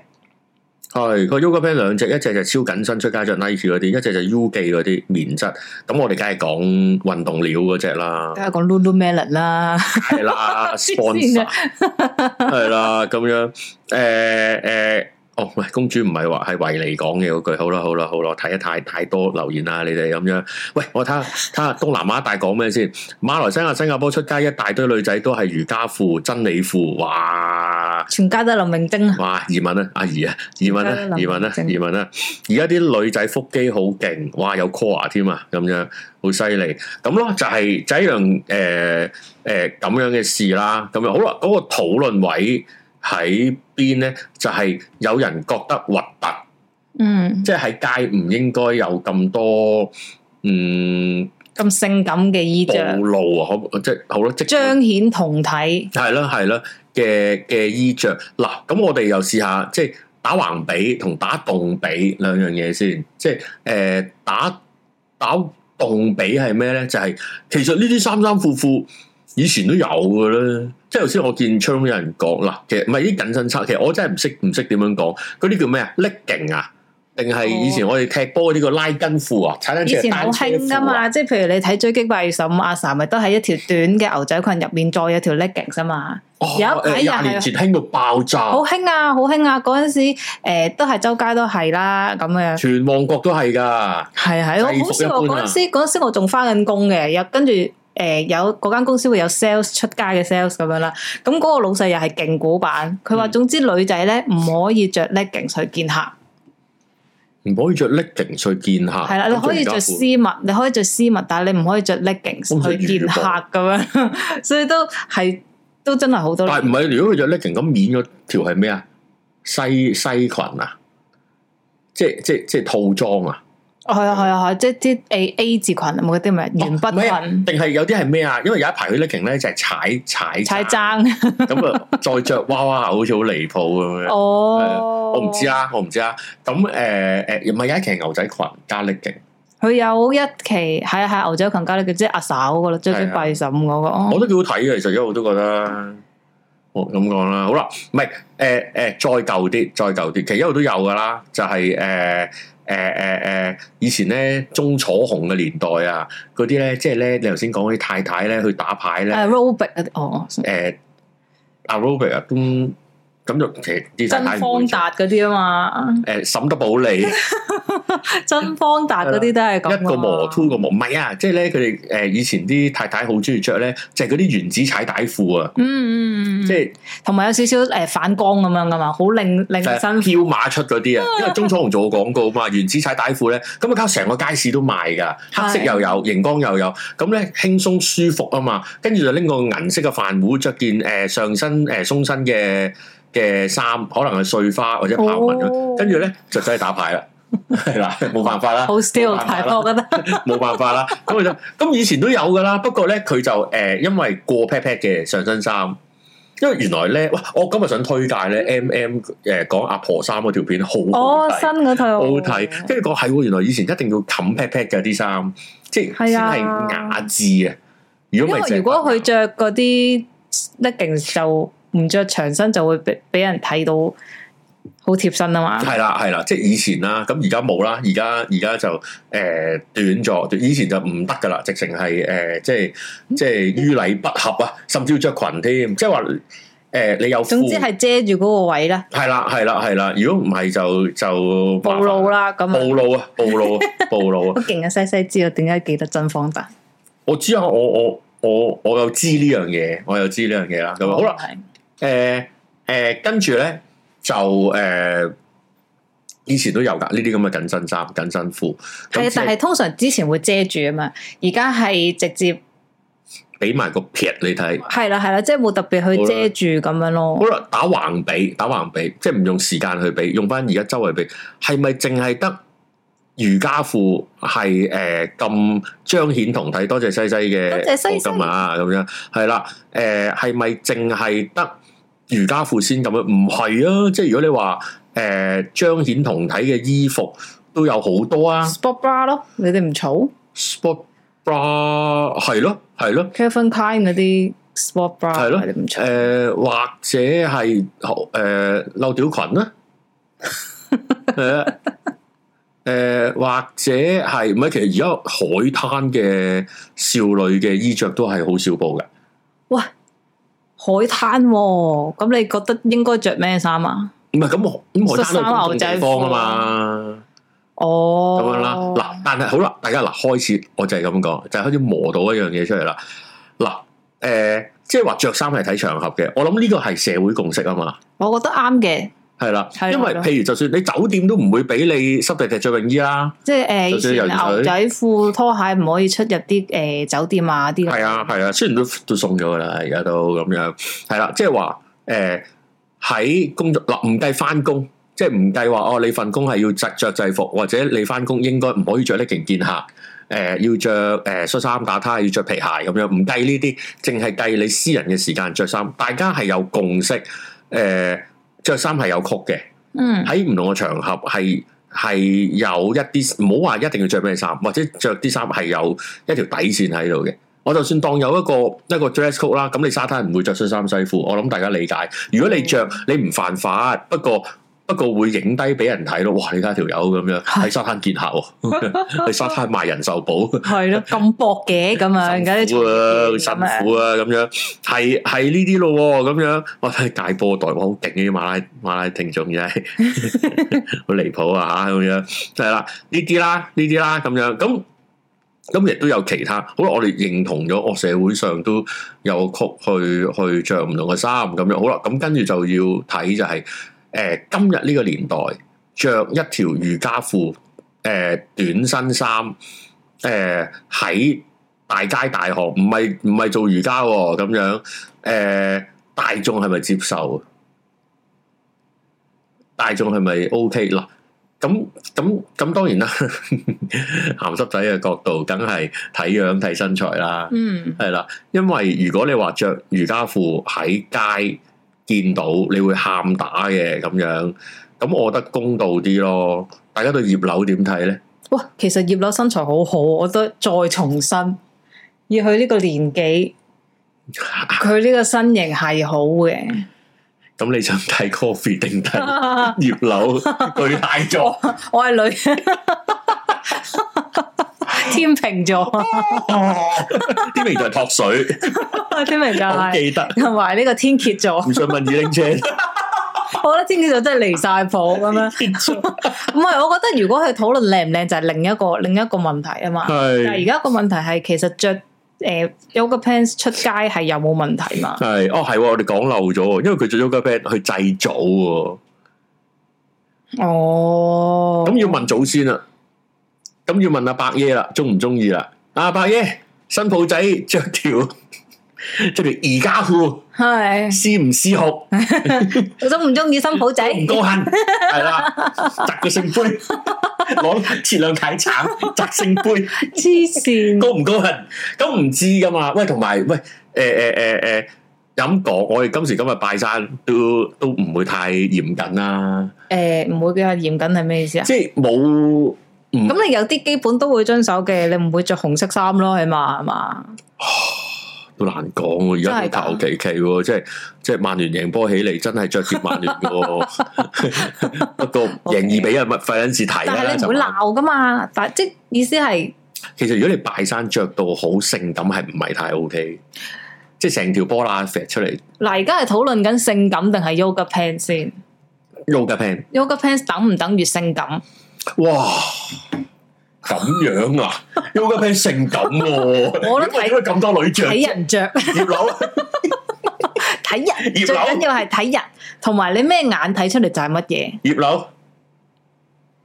Speaker 1: 係個 yoga pant 兩隻，一隻就超緊身出街着 Nike 嗰啲，一隻就 U 記嗰啲棉質。咁我哋梗係講運動料嗰只 啦
Speaker 2: 梗，係講 Lululemon 啦，
Speaker 1: 係啦
Speaker 2: 線
Speaker 1: ，sponsor
Speaker 2: 啊
Speaker 1: 係啦，咁樣誒誒，哦喂，公主唔係話係維尼講嘅嗰句，好啦好啦好啦，睇得太太多留言啦，你哋咁樣。喂，我睇下睇下東南亞大講咩先？馬來西亞、新加坡出街一大堆女仔都係瑜伽褲、真理褲，哇！
Speaker 2: 全家都係林明晶啊，
Speaker 1: 哇！移民啊，阿姨啊，移民
Speaker 2: 而家
Speaker 1: 啊，
Speaker 2: 都
Speaker 1: 移民啊，
Speaker 2: 林
Speaker 1: 移民啊！而家啲女仔腹肌好勁，哇！有 core 添啊，咁樣好犀利。咁咯，就係、就係一樣誒誒咁樣嘅事啦。咁樣好啦，嗰、個討論位喺邊咧？就係、有人覺得核突，
Speaker 2: 嗯，
Speaker 1: 即係喺街唔應該有咁多嗯
Speaker 2: 咁性感嘅衣
Speaker 1: 暴
Speaker 2: 着，
Speaker 1: 露啊，可即係好啦，即
Speaker 2: 彰顯同體，
Speaker 1: 係啦係啦嘅嘅衣着嗱，咁我哋又試下即係打橫比同打動比兩樣嘢先，即係誒、呃打打動比係咩咧？就係、其實呢啲衫衫褲褲以前都有嘅啦，即係頭先我見 c h 有人講嗱，其實唔係啲緊身衫，其實我真係唔識唔識點樣講，嗰啲叫咩啊？力勁啊，定係以前我哋踢波嗰啲個拉筋褲啊，踩單
Speaker 2: 哦以
Speaker 1: 車
Speaker 2: 前好
Speaker 1: 單車
Speaker 2: 興噶
Speaker 1: 褲啊，
Speaker 2: 嘛，即係譬如你睇追擊八月十五，阿 Sa 咪都係一條短嘅牛仔裙入面再有條 leggings 啊嘛，
Speaker 1: 哦
Speaker 2: 有一排
Speaker 1: 誒
Speaker 2: 又係
Speaker 1: 廿年前興到爆炸，
Speaker 2: 好興啊，好興啊！嗰陣時誒都係周街都係啦，咁樣
Speaker 1: 全旺角都係㗎。
Speaker 2: 係係，我好
Speaker 1: 制服
Speaker 2: 笑
Speaker 1: 一
Speaker 2: 我
Speaker 1: 般啊
Speaker 2: 嗰陣時嗰陣時我仲翻緊工嘅，又跟住。誒有嗰間公司會有 sales 出街嘅 sales 咁樣啦，咁嗰個老細又係勁古板，佢話
Speaker 1: 嗯啊
Speaker 2: 總之女仔咧唔可以着 leggings 去見客，
Speaker 1: 唔可以着 legging 去見客，
Speaker 2: 係啦，你可以着絲襪，你可以着絲襪，但係你唔可以着 leggings
Speaker 1: 咁
Speaker 2: 去
Speaker 1: 就
Speaker 2: 見
Speaker 1: 預
Speaker 2: 客
Speaker 1: 防
Speaker 2: 咁樣， 所以都係都真係好多。
Speaker 1: 但係唔係，如果佢着 legging 咁面嗰條係咩啊？西西裙啊，即係即係即係套裝啊，
Speaker 2: 係啊係啊係，即係啲 A A 字裙啊冇嗰啲咪鉛
Speaker 1: 唔係啊
Speaker 2: 筆裙、
Speaker 1: 定係有啲係咩啊？因為有一排佢 legging 咧就係踩踩
Speaker 2: 踩
Speaker 1: 踭
Speaker 2: 踭。
Speaker 1: 咁啊，再着 娃娃鞋好似好離譜咁樣。
Speaker 2: 哦，
Speaker 1: 我唔知。啊，我唔知啊。咁誒誒，唔係有一期牛仔裙加 legging，
Speaker 2: 佢有一期係啊係啊牛仔裙加呢個即係阿 Sa 嗰個啦，最最
Speaker 1: 係啊
Speaker 2: 閉審嗰個。
Speaker 1: 我
Speaker 2: 哦
Speaker 1: 都幾好睇嘅。其實一路都覺得，我咁講啦。好啦，唔係誒誒，再舊啲，再舊啲，其實一路都有噶啦。就係誒誒誒誒，以前咧鍾楚紅嘅年代啊，嗰啲咧即係咧，你頭先講嗰啲太太咧去打牌咧，
Speaker 2: 誒 Robic 嗰啲哦，
Speaker 1: 誒 aerobic 啊，咁咁就其實啲太
Speaker 2: 真
Speaker 1: 太唔會
Speaker 2: 方
Speaker 1: 做。
Speaker 2: 達嗰啲啊 嘛，
Speaker 1: 誒沈德 寶利。
Speaker 2: 真方達嗰啲都係咁㗎
Speaker 1: 啊一
Speaker 2: 嘛。
Speaker 1: 個磨 two 個磨，唔係啊！即係咧，佢哋誒以前啲太太好中意着咧，就係嗰啲原子踩帶褲啊，
Speaker 2: 嗯，嗯嗯嗯，
Speaker 1: 即係
Speaker 2: 同埋有少少誒反光咁樣噶嘛，好令令
Speaker 1: 就係啊
Speaker 2: 身
Speaker 1: 彪馬出嗰 啲啊。因為鍾楚紅做過廣告嘛，原子踩帶褲咧，咁啊搞成個街市都賣噶，黑色又
Speaker 2: 啊
Speaker 1: 有，熒光又有，咁咧輕鬆舒服啊嘛。跟住就拎個銀色嘅飯壺，着件誒上身誒鬆身嘅嘅衫，可能係碎花或者豹紋咁
Speaker 2: 哦
Speaker 1: 跟住咧就真係打牌啦， 係啦，冇辦法啦，
Speaker 2: 好 still
Speaker 1: 冇辦法
Speaker 2: 睇，
Speaker 1: 啦
Speaker 2: 我 覺得
Speaker 1: 冇辦法啦，咁佢就咁以前都有噶啦，不過咧佢就誒、呃因為過 pat pat 嘅上身衫，因為原來咧，哇！我今日想推介咧 M M 誒講阿婆衫嗰條片好好
Speaker 2: 哦
Speaker 1: 睇，
Speaker 2: 新嗰套
Speaker 1: 好好睇，跟住講係喎，原來以前一定要冚 pat pat 嘅啲衫，即係
Speaker 2: 係
Speaker 1: 先
Speaker 2: 啊
Speaker 1: 係雅致啊！如
Speaker 2: 因
Speaker 1: 果唔係
Speaker 2: 為如果佢着嗰啲 leggings 就唔着長身就會俾俾人睇到好貼身啊嘛，
Speaker 1: 係啦，係啦，即係以前啦，咁而家冇啦，而家而家就誒、呃短咗，以前就唔得噶啦，直情係誒即係即係於禮不合啊，甚至要着裙添，即係話誒你有褲
Speaker 2: 總之係遮住嗰個位啦，
Speaker 1: 係啦係啦係啦，如果唔係就就
Speaker 2: 暴露啦咁啊，
Speaker 1: 暴露啊暴 露啊暴露啊！
Speaker 2: 好勁啊！西西知道點解記得真方達，
Speaker 1: 我知啊，我我我我有知呢樣嘢，我有知呢樣嘢啦，咁啊好啦。
Speaker 2: 係，
Speaker 1: 誒誒，跟住咧就誒、呃以前都有噶呢啲咁嘅緊身衫、緊身
Speaker 2: 係
Speaker 1: 褲，咁
Speaker 2: 啊，但係通常之前會遮住啊嘛，而家係直接
Speaker 1: 俾埋個撇你睇。
Speaker 2: 係啦係啦，即係冇特別去遮住咁樣咯
Speaker 1: 好。啦，打橫比，打橫比，即係唔用時間去比，用翻而家周圍比，係咪淨係得瑜伽褲係誒咁彰顯同體？多謝西西嘅
Speaker 2: 多謝西西
Speaker 1: 課金啊，咁樣係啦，誒係咪淨係得瑜伽褲先咁樣？唔係啊，即係如果你話誒彰顯同體嘅衣服都有好多啊
Speaker 2: Sport bra 咯，你哋唔儲
Speaker 1: ，sport bra 係咯，係咯。
Speaker 2: Kevin Klein 嗰啲 Sport bra，
Speaker 1: 係咯
Speaker 2: 啊你哋唔儲
Speaker 1: 誒、。或者係好誒漏屌裙 啦，係啊，誒或者係唔係？其實而家海灘嘅少女嘅衣着都係好少布嘅，
Speaker 2: 海灘喎、咁你覺得應該着咩衫啊？
Speaker 1: 唔係咁咁海灘都有公眾地方啊嘛，
Speaker 2: 哦，
Speaker 1: 咁樣啦。嗱，但係好啦，大家嗱開始，我就係咁講，就係、開始磨到一樣嘢出嚟啦。嗱，誒、即係話着衫係睇場合嘅，我諗呢個係社會共識啊嘛。
Speaker 2: 我覺得啱嘅，
Speaker 1: 係啦，
Speaker 2: 係啦
Speaker 1: 因為
Speaker 2: 係啦
Speaker 1: 譬如就算你酒店都唔會俾你濕地踢着泳衣啦，
Speaker 2: 即係誒、呃
Speaker 1: 就
Speaker 2: 以前
Speaker 1: 算游水
Speaker 2: 牛仔褲拖鞋唔可以出入啲誒、呃酒店啊啲。
Speaker 1: 係啊，係啊，雖然都都送咗噶啦，而家都咁樣，係啦，即係話誒喺工作嗱唔計翻工，即係唔計話哦你份工係要着着制服，或者你翻工應該唔可以着呢件見客，誒、要着誒恤衫打呔，要着皮鞋咁樣，唔計呢啲，淨係計你私人嘅時間着衫，大家係有共識，誒、着衫係有曲嘅。
Speaker 2: 嗯，
Speaker 1: 喺唔同嘅場合係係有一啲唔好話一定要着咩衫，或者着啲衫係有一條底線喺度嘅。我就算當有一個一個 dress code 啦，咁你沙灘唔會着恤衫西褲，我諗大家理解。如果你着，你唔犯法，不過不過會影低俾人睇咯。哇！你睇下條友咁樣喺沙灘結客喎， 喺沙灘賣人壽保。
Speaker 2: 系咯，咁薄嘅咁啊，而家啲
Speaker 1: 辛苦啊，辛
Speaker 2: 咁啊
Speaker 1: 苦啊，咁樣係係呢啲咯喎，咁樣我睇解波代，我好勁呢啲馬拉馬拉聽眾真係 好離譜啊吓，咁樣就係啦，呢啲啦，呢啲啦，咁樣咁。咁亦都有其他，好啦，我哋認同咗，我哦社會上都有曲去去着唔同嘅衫咁樣，好啦，咁跟住就要睇就係、呃今日呢個年代着一條瑜伽褲，誒、短身衫，誒、喺大街大巷，唔係唔係做瑜伽喎咁樣，誒、呃大眾係咪接受？大眾係咪 OK 嗱？咁咁咁當然啦， 鹹濕仔嘅角度，梗係睇樣睇身材啦，
Speaker 2: 嗯，
Speaker 1: 係啦。因為如果你話着瑜伽褲喺街見到，你會喊打嘅咁樣，咁我覺得公道啲咯。大家對葉柳點睇咧？
Speaker 2: 哇，其實葉柳身材好好，我都再重申，以佢呢個年紀，佢呢個身形係好嘅。
Speaker 1: 咁你想睇 coffee 定睇葉柳巨大作？
Speaker 2: 我係女，天秤座，
Speaker 1: 啲名就係托水，
Speaker 2: 天秤 座
Speaker 1: 我
Speaker 2: 係
Speaker 1: 記得。
Speaker 2: 同埋呢個天蝎座，
Speaker 1: 唔想問二 拎車，
Speaker 2: 我覺得天蝎座真係離晒譜咁樣。 唔係，我覺得如果佢討論靚唔靚就係另一個另一個問題啊嘛。但係而
Speaker 1: 係
Speaker 2: 家個問題係其實着誒 yoga pants 出街係有冇問題嘛？
Speaker 1: 係哦係喎，我哋講漏咗喎，因為佢做 yoga band 去祭祖喎，
Speaker 2: 哦，
Speaker 1: 咁要問祖先啦，咁要問阿伯爺啦，中唔中意啦？阿伯爺，新抱仔着條 着條而家褲，
Speaker 2: 係
Speaker 1: 試唔試學？
Speaker 2: 我都唔中意新抱 仔，
Speaker 1: 唔高興，係啦，摘個聖 杯，攞切兩塊橙，摘聖杯。
Speaker 2: 黐線，
Speaker 1: 高唔高興？咁唔知噶嘛？喂，同埋喂，誒誒誒誒，咁講，我哋今時今日拜山都都唔會太嚴謹啦，
Speaker 2: 誒唔會比較嚴謹係咩意思啊？
Speaker 1: 即係冇
Speaker 2: 咁你有啲基本都會遵守嘅，你唔會着紅色衫咯，起碼係嘛？
Speaker 1: 都難講喎。而
Speaker 2: 真
Speaker 1: 家都
Speaker 2: 係㗎
Speaker 1: 求其其喎，即係即係曼聯贏波起嚟，真係着住曼聯 嘅喎。不過贏二比一咪費撚事睇
Speaker 2: 但係
Speaker 1: 啦。
Speaker 2: 你唔
Speaker 1: 就
Speaker 2: 會
Speaker 1: 話
Speaker 2: 鬧噶嘛？但即意思係
Speaker 1: 其實如果你拜山着到好性感，係唔係太 OK？即係成條波啦，揈出嚟
Speaker 2: 嗱，而家係討論緊性感定係 yoga pants 先
Speaker 1: yoga pant，
Speaker 2: ？yoga pants 等唔等於性感？
Speaker 1: 哇！咁 樣啊，Yoga Pants 性感喎、
Speaker 2: 我都 睇
Speaker 1: 點解咁多女着
Speaker 2: 睇人着，
Speaker 1: 葉柳，
Speaker 2: 睇人
Speaker 1: 葉柳
Speaker 2: 最緊要係睇人，同埋你咩眼睇出嚟就係乜嘢。
Speaker 1: 葉柳，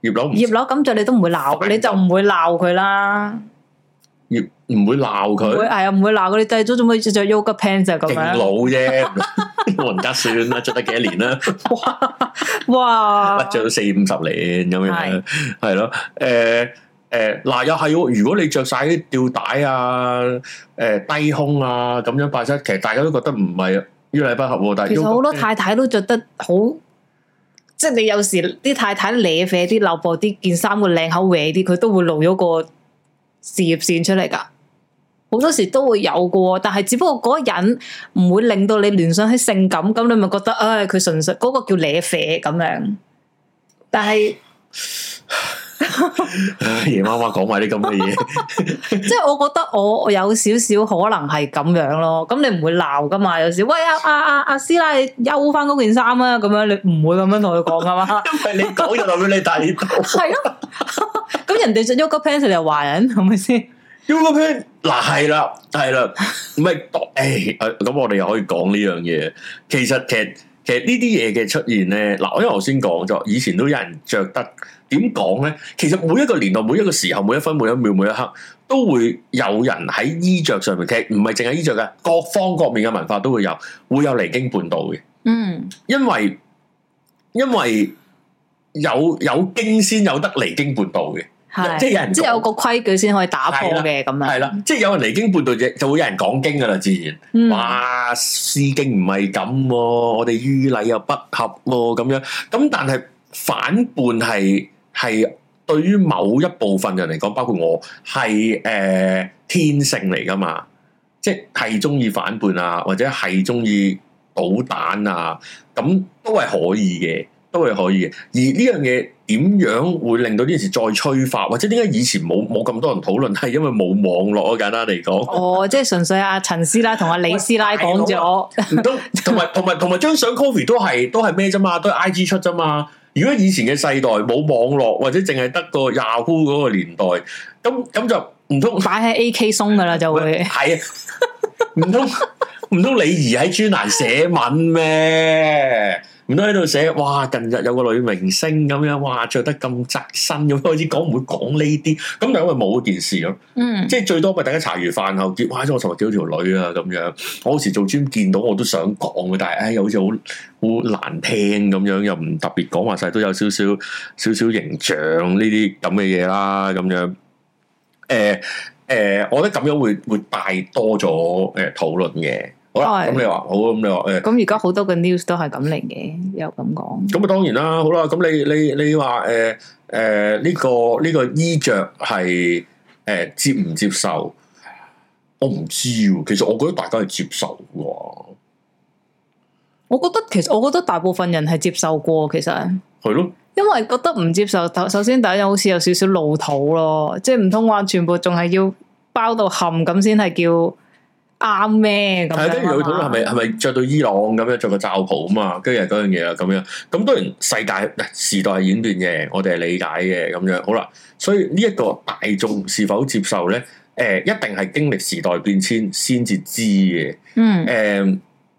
Speaker 1: 葉柳唔
Speaker 2: 葉柳咁着你都唔會鬧，你就唔會鬧佢啦。
Speaker 1: 葉唔會鬧
Speaker 2: 唔會
Speaker 1: 佢，
Speaker 2: 係啊，唔會鬧佢。你製咗做咩着 yoga pants 就咁
Speaker 1: 勁
Speaker 2: 樣？
Speaker 1: 老 啫，老人家算啦，着得幾多年啦，
Speaker 2: 哇！
Speaker 1: 喂着到四五十年咁樣
Speaker 2: 係，
Speaker 1: 係咯，誒誒嗱又係喎，如果你着晒啲吊帶啊、誒、低胸啊咁樣拜山，其實大家都覺得唔係於禮不合喎，但係
Speaker 2: 其實
Speaker 1: Yoga
Speaker 2: 好多
Speaker 1: Pants-
Speaker 2: 太太都着得好，即係你有時啲太太舐啡啲、漏薄啲、件衫個領口歪啲，佢都會露咗個事業線出嚟㗎。好多時都會有嘅喎，但係只不過嗰個人唔會令到你聯想起性感，咁你咪覺得，唉、佢純粹嗰、個叫舐啡咁樣。但係
Speaker 1: 唉 夜媽媽講埋啲咁嘅嘢。
Speaker 2: 即係我覺得我我有少少可能係咁樣咯，咁你唔會鬧噶嘛？有時喂啊阿阿阿阿師奶，你休翻嗰件衫啊，咁樣你唔會咁樣同佢講噶嘛？
Speaker 1: 因為你講就代表你大熱度。
Speaker 2: 係咯， 咁人哋着 yoga pants 你又話人係咪先？
Speaker 1: Yoga Pant 嗱係啦，係啦，唔係當誒誒咁，我哋又可以講呢樣嘢。其實其實其實呢啲嘢嘅出現咧，嗱，因為我頭先講咗，以前都有人着得點講咧。其實每一個年代、每一個時候、每一分、每一秒、每一刻，都會有人喺衣着上面，其實唔係淨係衣着嘅，各方各面嘅文化都會有，會有離經叛道嘅。
Speaker 2: 嗯，
Speaker 1: 因為因為有有經先有得離經叛道嘅。
Speaker 2: 係，
Speaker 1: 即係有人講
Speaker 2: 即係有個規矩先可以打破嘅咁樣。
Speaker 1: 系啦，即係有人離經叛道，就就會有人講經噶啦，自然。
Speaker 2: 嗯，
Speaker 1: 哇，《詩經》唔係咁喎，我哋於禮又不合喎、咁樣。咁但係反叛係係對於某一部分人嚟講，包括我係誒、呃天性嚟噶嘛。即係中意反叛啊，或者係中意搗蛋啊，咁都係可以嘅，都係可以嘅。而呢樣嘢點樣會令到呢件事再催化，或者點解以前冇冇咁多人討論，係因為冇網絡啊？簡單嚟講。
Speaker 2: 哦，即係純粹阿陳師奶同阿李師奶講咗，
Speaker 1: 唔通同埋同埋同埋張相 coffee 都係都係咩啫嘛，都係 I G 出啫嘛。如果以前嘅世代冇網絡或者淨係得個 Yahoo 嗰個年代，咁咁就唔通
Speaker 2: 擺喺 A K 松噶啦就會。
Speaker 1: 係啊？唔通唔通李怡喺專欄寫文咩？唔通喺度寫哇！近日有個女明星咁樣，哇着得咁窄身咁，開始講唔會講呢啲，咁就因為冇嗰件事咯。
Speaker 2: 嗯，
Speaker 1: 即係最多咪大家茶餘飯後結，哇！咗我尋日叫條女啊咁樣，我有時做 gym 見到我都想講嘅，但係唉又好似好好難聽咁樣，又唔特別講話晒，都有少少少少形象呢啲咁嘅嘢啦，咁樣誒誒、呃呃我覺得咁樣會會帶多咗誒討論嘅。好啦，
Speaker 2: 係
Speaker 1: 咁你話好，咁你話誒。呃
Speaker 2: 咁而家好多嘅 news 都係咁嚟嘅，又咁講。
Speaker 1: 咁啊，當然啦，好啦，咁你你你話誒誒呢個呢、個衣着係誒接唔接受？我唔知喎，其實我覺得大家係接受喎，
Speaker 2: 我覺得其實我覺得大部分人係接受過，其實
Speaker 1: 係咯，
Speaker 2: 因為覺得唔接受，首首先第一好似有少少老土咯，即係唔通話全部仲係要包到冚咁先係叫啱咩咁樣啊
Speaker 1: 係
Speaker 2: 嘛？
Speaker 1: 跟住佢討論係咪係咪著到伊朗咁樣着個罩袍啊嘛，跟住係嗰樣嘢啦咁樣。咁當然世界 時代係演變嘅，我哋係理解嘅咁樣。好啦，所以呢一個大眾是否接受咧？誒、一定係經歷時代變遷先至知嘅。呃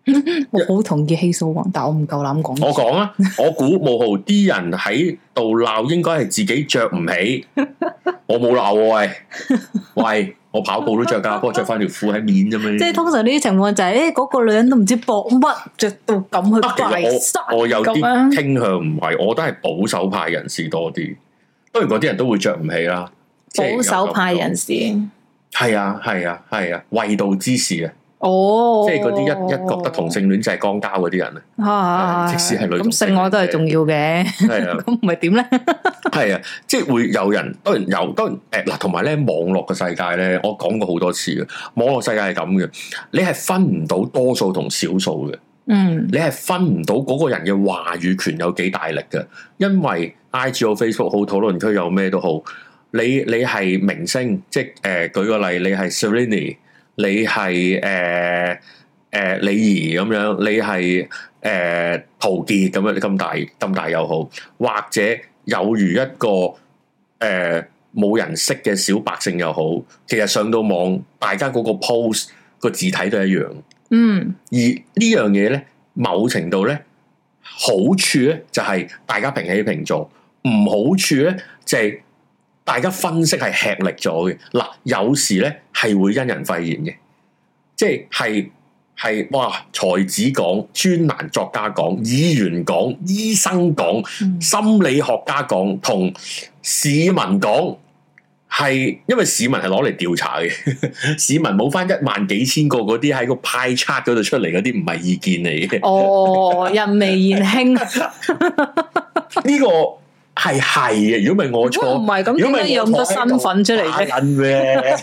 Speaker 1: 誒、
Speaker 2: 嗯，我好同意希素王，但我唔夠膽講。
Speaker 1: 我講啊，我估無豪啲人喺度鬧，應該係自己着唔起。 我冇鬧喎， 喂喂，我跑步都着噶，不過着翻條褲喺面啫嘛。
Speaker 2: 即係通常呢啲情況就係、誒嗰個女人都唔知搏乜，着到咁
Speaker 1: 啊
Speaker 2: 去拜
Speaker 1: 其
Speaker 2: 山
Speaker 1: 實我我有
Speaker 2: 咁
Speaker 1: 啲
Speaker 2: 樣。
Speaker 1: 傾向唔係，我都係保守派人士多啲。當然嗰啲人都會着唔起啦。即係有
Speaker 2: 保守派人士，
Speaker 1: 係啊係啊係啊，衛道之士啊，
Speaker 2: 哦，
Speaker 1: 即係嗰啲一一覺得同性戀就係肛交嗰啲人啊。
Speaker 2: 啊，
Speaker 1: 即使係女同
Speaker 2: 咁
Speaker 1: 性
Speaker 2: 性愛都係重要嘅，
Speaker 1: 係啊。
Speaker 2: 咁唔係點咧？
Speaker 1: 係啊，即係會有人，當然有，當然誒嗱，同埋咧網絡嘅世界咧，我講過好多次嘅，網絡世界係咁嘅，你係分唔到多數同少數嘅，
Speaker 2: 嗯。
Speaker 1: 你係分唔到嗰個人嘅話語權有幾大力嘅，因為 I G 好 Facebook 好討論區有咩都好，你你係明星，即係誒、呃、舉個例，你係 Serrini，你係誒誒李怡咁樣，你係誒、呃陶傑咁樣，你咁大咁大又好。或者有如一個誒冇、人識嘅小百姓又好，其實上到網，大家嗰個 post 個字體都一樣。
Speaker 2: 嗯，
Speaker 1: 而呢樣嘢咧，某程度咧好處咧就係大家平起平坐，唔好處咧就係、大家分析係吃力咗嘅。嗱，有時咧係會因人廢言嘅，即係係係哇，才子講、專欄作家講、議員講、醫生講。
Speaker 2: 嗯
Speaker 1: 心理學家講同市民講係，因為市民係攞嚟調查嘅， 市民冇翻一萬幾千個嗰啲喺個派測嗰度出嚟嗰啲唔係意見嚟 嘅，
Speaker 2: 哦，人微言輕，
Speaker 1: 呢個係係嘅。如果唔係我
Speaker 2: 如果唔係
Speaker 1: 錯，
Speaker 2: 咁，
Speaker 1: 如
Speaker 2: 點
Speaker 1: 果唔係
Speaker 2: 解有咁多身份出嚟
Speaker 1: 嘅，
Speaker 2: 啫？
Speaker 1: 打緊咩？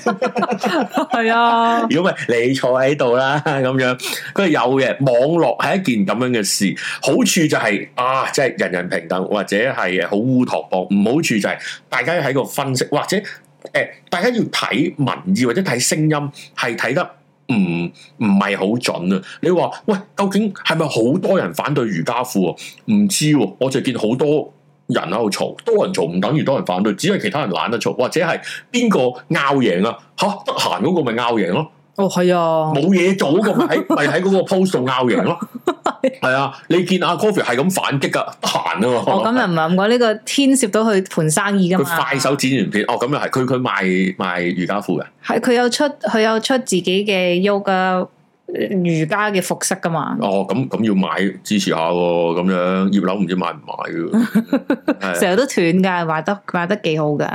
Speaker 2: 係啊，
Speaker 1: 如果唔係你坐喺度啦， 咁樣佢有嘅網絡係一件咁樣嘅事，好處就係、啊，即係人人平等，或者係好烏托邦；唔好處就係大家喺個分析，或者誒、呃大家要睇民意或者睇聲音，係睇得唔唔係好準啊！你話喂，究竟係咪好多人反對瑜伽褲啊？唔知喎、我就見好多。人喺度嘈，多人嘈唔等於多人反對，只係其他人懶得嘈，或者係邊個拗贏啊？吓得閒嗰個咪拗贏咯，
Speaker 2: 哦係啊，
Speaker 1: 冇嘢做嗰個 咪喺咪喺嗰個 post 度拗贏咯，係啊！你見阿 Coffee 係咁反擊噶，得閒
Speaker 2: 我
Speaker 1: 啊
Speaker 2: 哦咁
Speaker 1: 嘛，
Speaker 2: 又啊唔係咁講，呢個牽涉到佢盤生意噶
Speaker 1: 佢
Speaker 2: 嘛。
Speaker 1: 快手剪完片，哦咁又係，佢佢賣賣瑜伽褲嘅，
Speaker 2: 係佢有出佢有出自己嘅 yoga 瑜伽嘅服飾噶嘛，
Speaker 1: 哦咁咁要買支持下喎，咁樣葉柳唔知買唔買嘅， 係啊
Speaker 2: 成日都斷㗎，賣得賣得幾好㗎。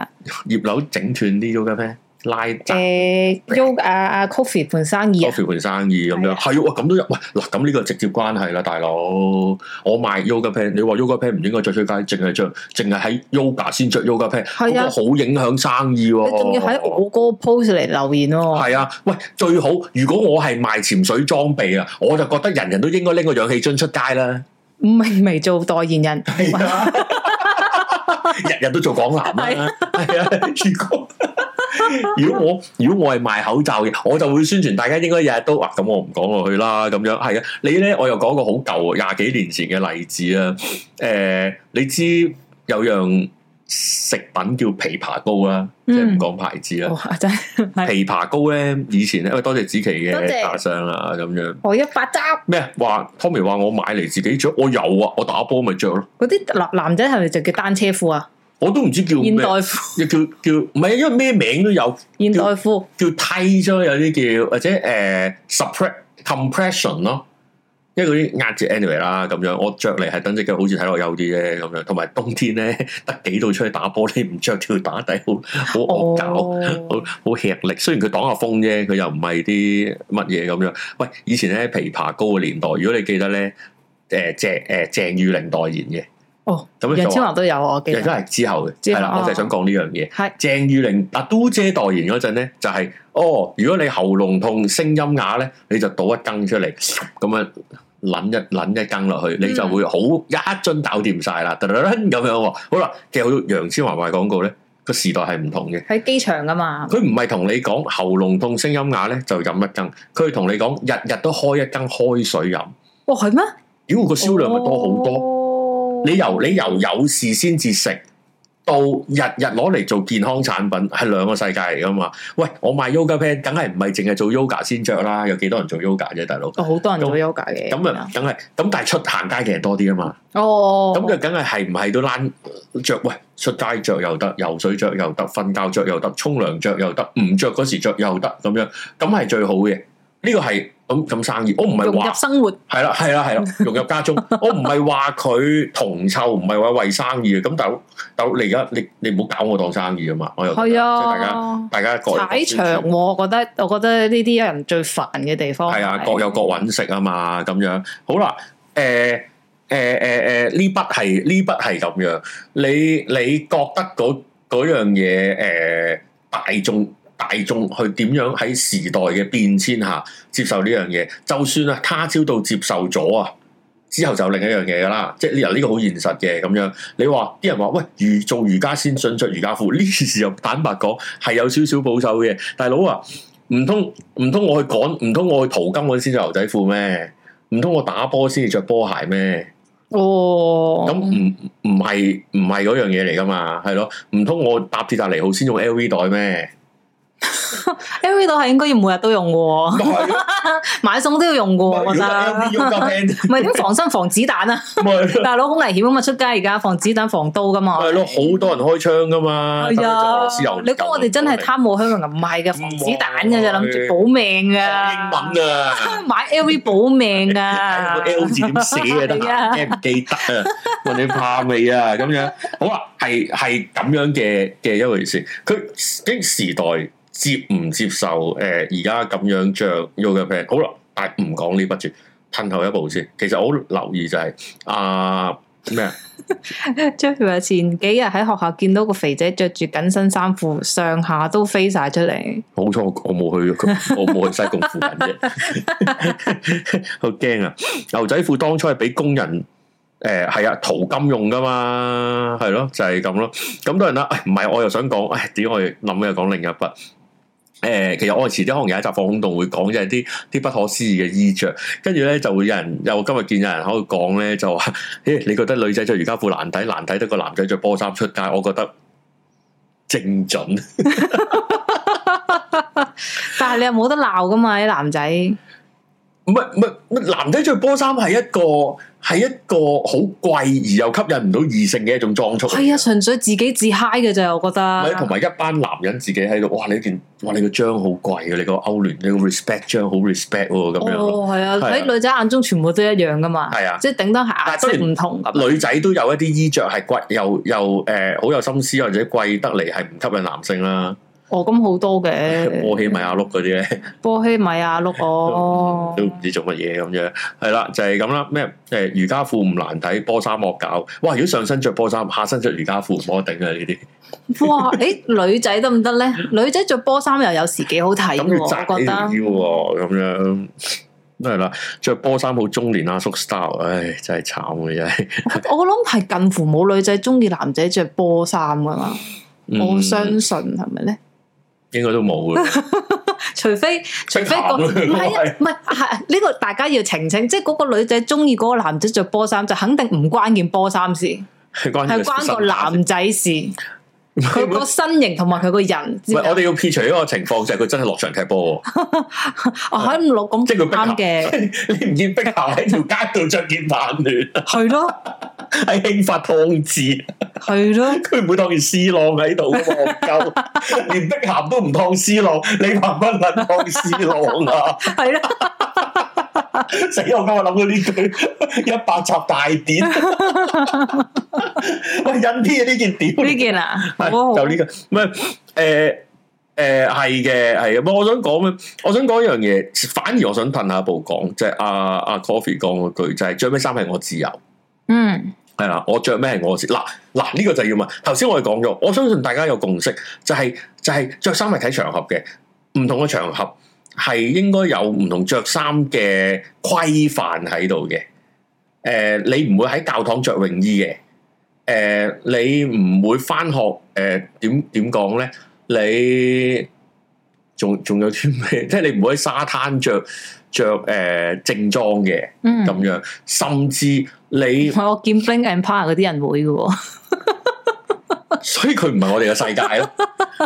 Speaker 1: 葉柳整斷啲 yoga 咩？拉雜
Speaker 2: 诶 Yoga 啊啊 Coffee 盤生意啊，
Speaker 1: coffee 盤生意咁樣，係喎，咁都有喂嗱，咁呢個直接關係啦，大佬，我賣 yoga pant，你話 yoga pant 唔應該着出街，淨係着，淨係喺 yoga 先着 yoga pant，
Speaker 2: 係啊
Speaker 1: 嗰個好影響生意喎，
Speaker 2: 你仲要喺我嗰個 post 嚟留言喎，
Speaker 1: 系啊，喂，最好如果我係賣潛水裝備啊，我就覺得人人都應該拎個氧氣樽出街啦。
Speaker 2: 唔明未做代言人，
Speaker 1: 係啊，日日都做港男啦。係啊，如果如果我如果我係賣口罩嘅，我就會宣傳大家應該日日都啊。咁我唔講落去啦，咁樣係啊。你咧，我又講個好舊廿幾年前嘅例子啊。诶、你知有樣食品叫枇杷膏啦，即係唔
Speaker 2: 嗯
Speaker 1: 講牌子啦。
Speaker 2: 哇真係
Speaker 1: 枇杷膏咧，以前咧，因為多謝子琪
Speaker 2: 多
Speaker 1: 嘅
Speaker 2: 謝
Speaker 1: 打賞啦，咁樣
Speaker 2: 我一百執
Speaker 1: 咩啊話 Tommy 話我買嚟自己着，我有啊，我打波咪着咯，
Speaker 2: 嗰啲男男仔係咪就叫單車褲啊？
Speaker 1: 我都唔知叫
Speaker 2: 現
Speaker 1: 咩
Speaker 2: 代，褲，
Speaker 1: 叫叫唔係，因為咩名都有，
Speaker 2: 現代褲，
Speaker 1: 叫梯啫，有啲叫或者誒 suppress compression 咯。因為嗰啲壓住 anyway 啦，咁樣我着嚟係等隻腳好似睇落幼啲啫，咁樣同埋冬天咧 得幾度出去打波，你唔着條打底好好惡搞。好
Speaker 2: 哦，
Speaker 1: 好吃力。雖然佢擋下風啫，佢又唔係啲乜嘢咁樣。喂，以前咧枇杷膏嘅年代，如果你記得咧，誒、鄭誒、呃鄭裕玲代言嘅，
Speaker 2: 哦，
Speaker 1: 咁樣
Speaker 2: 楊
Speaker 1: 就
Speaker 2: 千
Speaker 1: 話
Speaker 2: 嬅都有啊我記
Speaker 1: 亦都
Speaker 2: 得，
Speaker 1: 係之後嘅，
Speaker 2: 之後
Speaker 1: 係啦，我就係
Speaker 2: 哦
Speaker 1: 想講呢樣嘢。
Speaker 2: 係
Speaker 1: 鄭裕玲阿嘟姐代言嗰陣咧，就係、哦，如果你喉嚨痛、聲音啞咧，你就倒一羹出嚟，咁樣撚一撚一羹落去，你就會好一樽搞掂晒啦，噔噔噔咁樣喎。好啦，其實好似楊千嬅賣廣告咧，個時代係唔同嘅。
Speaker 2: 喺機場噶嘛，
Speaker 1: 佢唔係同你講喉嚨痛、聲音啞咧就飲一羹，佢係同你講日日都開一羹開水飲，
Speaker 2: 哇係咩？
Speaker 1: 屌個銷量咪多好多。
Speaker 2: 多
Speaker 1: 哦你由你由有事先至食，到日日攞嚟做健康產品，係兩個世界嚟噶嘛？喂，我賣 yoga pant，梗係唔係淨係做 yoga 先着啦？有幾多人做 yoga 啫，大佬？
Speaker 2: 哦好多人做 yoga 嘅，
Speaker 1: 咁啊，梗係咁，但係出行街嘅人多啲啊嘛，
Speaker 2: 哦，
Speaker 1: 咁就梗係係唔係都躝着？喂，出街着又得，游水着又得，瞓覺着又得，沖涼着又得，唔着嗰時着又得，咁樣咁係最好嘅。呢個係咁咁生意，我唔係
Speaker 2: 融
Speaker 1: 話
Speaker 2: 入生活，
Speaker 1: 係啦，係啦， 係啦，融入家中。我唔係話佢同臭，唔係話為生意嘅。咁大佬，大佬，你而家你你唔好搞我當生意啊嘛！我又覺得
Speaker 2: 係
Speaker 1: 即係大家
Speaker 2: 啊。
Speaker 1: 大家各有各
Speaker 2: 踩
Speaker 1: 宣
Speaker 2: 場
Speaker 1: 傳
Speaker 2: 喎，我覺得我覺得呢啲人最煩嘅地方
Speaker 1: 係啊，各有各揾食啊嘛，咁樣好啦，呃誒誒誒呃誒，呢筆係呢筆係咁樣，你你覺得嗰嗰樣嘢誒、呃大眾大眾去點樣喺時代嘅變遷下接受呢樣嘢？就算啊，他朝到接受咗啊。之後就另一樣嘢㗎啦，即係呢嗱呢個好現實嘅咁樣。你話啲人話喂，瑜做瑜伽先進出瑜伽褲呢件事又坦白講係有少少保守嘅，大佬啊，唔通唔通我去趕，唔通我去淘金嗰陣先着牛仔褲咩？唔通我打波先至着波鞋咩？
Speaker 2: 哦，
Speaker 1: 咁唔唔係唔係嗰樣嘢嚟噶嘛？係咯，唔通我搭鐵達尼號先用 LV 袋咩？
Speaker 2: L V 度係應該要每日都用嘅喎，
Speaker 1: 咪係咯
Speaker 2: 買餸都要用嘅喎，我覺
Speaker 1: 咪如 果得 LV
Speaker 2: 得。
Speaker 1: 用
Speaker 2: 唔係點防身防子彈 啊？
Speaker 1: 咁咪係咯
Speaker 2: 大佬好危險啊嘛！出街而家防子彈防刀噶嘛。
Speaker 1: 咪係咯，好多人開槍噶嘛。
Speaker 2: 係啊
Speaker 1: 特別就俄羅斯，
Speaker 2: 你估我哋真係貪慕香港人？唔係嘅，防子彈嘅咋，諗住保命嘅。
Speaker 1: 講英文啊！
Speaker 2: 買 L V 保命啊！
Speaker 1: 睇下個 L 字點寫啊？得
Speaker 2: 係啊
Speaker 1: 閒驚唔記得啊？問你怕未啊？咁樣好啦，係係咁樣嘅嘅一回事。佢經時代接唔接受誒而家咁樣着 yoga pant？好啦，但係唔講呢筆住，褪後一步先。其實我好留意就係、啊咩啊？
Speaker 2: Jeffrey 話前幾日喺學校見到個肥仔着住緊身衫褲，上下都飛晒出嚟。
Speaker 1: 好彩我我冇去， 我冇去西貢附近啫， 好驚啊！牛仔褲當初係俾工人，誒係啊，淘金用噶嘛，係咯，就係咁咯。咁多人啦，唉哎唔係我又想講，唉點我哋諗又講另一筆。誒、其實我哋遲啲可能有一集放空洞會講，即係啲啲不可思議嘅衣着。跟住咧就會有人，又今日見有人喺度講咧，就話：，咦、你覺得女仔着瑜伽褲難睇，難睇得個男仔着波衫出街，我覺得正準。
Speaker 2: 但係你又冇得鬧噶嘛，啲男仔。
Speaker 1: 唔係唔係唔係男仔着波衫係一個係一個好貴而又吸引唔到異性嘅一種裝束嚟嘅。
Speaker 2: 係啊，純粹自己自嗨嘅咋，我覺
Speaker 1: 唔係同
Speaker 2: 得。
Speaker 1: 埋一班男人自己喺度，哇！你件哇你個章好貴嘅，啊你個歐聯你個 respect 章好 respect 喎咁樣咯。
Speaker 2: 哦，係啊，
Speaker 1: 係啊
Speaker 2: 喺女仔眼中全部都一樣噶嘛。
Speaker 1: 係啊
Speaker 2: 即係頂多係顏
Speaker 1: 但係當然
Speaker 2: 色唔同咁。
Speaker 1: 女仔都有一啊啲衣着係貴，又又誒好、有心思，或者貴得嚟係唔吸引男性啦。
Speaker 2: 哦，咁好多嘅
Speaker 1: 波起米亞碌嗰啲
Speaker 2: 嗯
Speaker 1: 咧，
Speaker 2: 波希米亞碌哦
Speaker 1: 都，唔知做乜嘢咁樣。係啦，就係咁啦。咩？誒瑜伽褲唔難睇，波衫惡搞。哇！如果上身着波衫，下身着瑜伽褲，唔可頂啊！呢啲
Speaker 2: 哇！誒女仔得唔得咧？女仔着波衫又有時幾好睇
Speaker 1: 咁
Speaker 2: 喎，
Speaker 1: 要扎
Speaker 2: 我
Speaker 1: 起
Speaker 2: 覺
Speaker 1: 條
Speaker 2: 得
Speaker 1: 腰。喎，咁樣 都係啦。着波衫好中年阿啊叔 style，唉，真係慘嘅真係。
Speaker 2: 我我諗係近乎冇女仔中意男仔着波衫噶嘛， 我
Speaker 1: 嗯
Speaker 2: 相信係咪咧？
Speaker 1: 應該都冇嘅。
Speaker 2: 除非除非個
Speaker 1: 即係
Speaker 2: 唔
Speaker 1: 鹹
Speaker 2: 係啊，唔係係呢個大家要澄清，即係嗰個女仔中意嗰個男仔着波衫，就肯定唔關件波衫事，
Speaker 1: 係關
Speaker 2: 係
Speaker 1: 呢
Speaker 2: 關個
Speaker 1: 身價
Speaker 2: 男仔 事，
Speaker 1: 先
Speaker 2: 佢個身形同埋佢個人。知唔
Speaker 1: 喂，
Speaker 2: 知啊
Speaker 1: 我哋要撇除一個情況，就係佢真係落場踢波喎，
Speaker 2: 哦，喺五六咁
Speaker 1: 即係佢
Speaker 2: 啱嘅，
Speaker 1: 你唔見碧咸喺條街度着件曼聯，
Speaker 2: 係咯
Speaker 1: 係興發湯字，
Speaker 2: 係 咯，
Speaker 1: 佢唔會當件 C 朗喺度嘅喎，唔夠，連碧咸都唔當 C 朗，你話乜撚當 C 朗啊？
Speaker 2: 係咯，
Speaker 1: 死我今日諗到呢句 一百集大典， 喂，印啲啊呢件屌！
Speaker 2: 呢件啊，好
Speaker 1: 係
Speaker 2: 啊好
Speaker 1: 就
Speaker 2: 啊
Speaker 1: 呢、個，唔係誒誒係嘅係嘅，不過我想講咩？我想講一樣嘢，反而我想褪下一步講，就係阿阿 Coffee 講嗰句，就係着咩衫係我自由，
Speaker 2: 嗯
Speaker 1: 係啦，我着咩係我自嗱嗱呢個就要問。頭先我哋講咗，我相信大家有共識，就係、就係着衫係睇場合嘅，唔同嘅場合係應該有唔同着衫嘅規範喺度嘅。誒、你唔會喺教堂着泳衣嘅。誒、你唔會翻學誒點點講咧？你仲仲有啲咩？ 即係你唔會喺沙灘着着誒正裝嘅
Speaker 2: 嗯，
Speaker 1: 咁樣，甚至你
Speaker 2: 唔。係我見 Bling and Par 嗰啲人會嘅喎，
Speaker 1: 所以佢唔係我哋嘅世界 咯。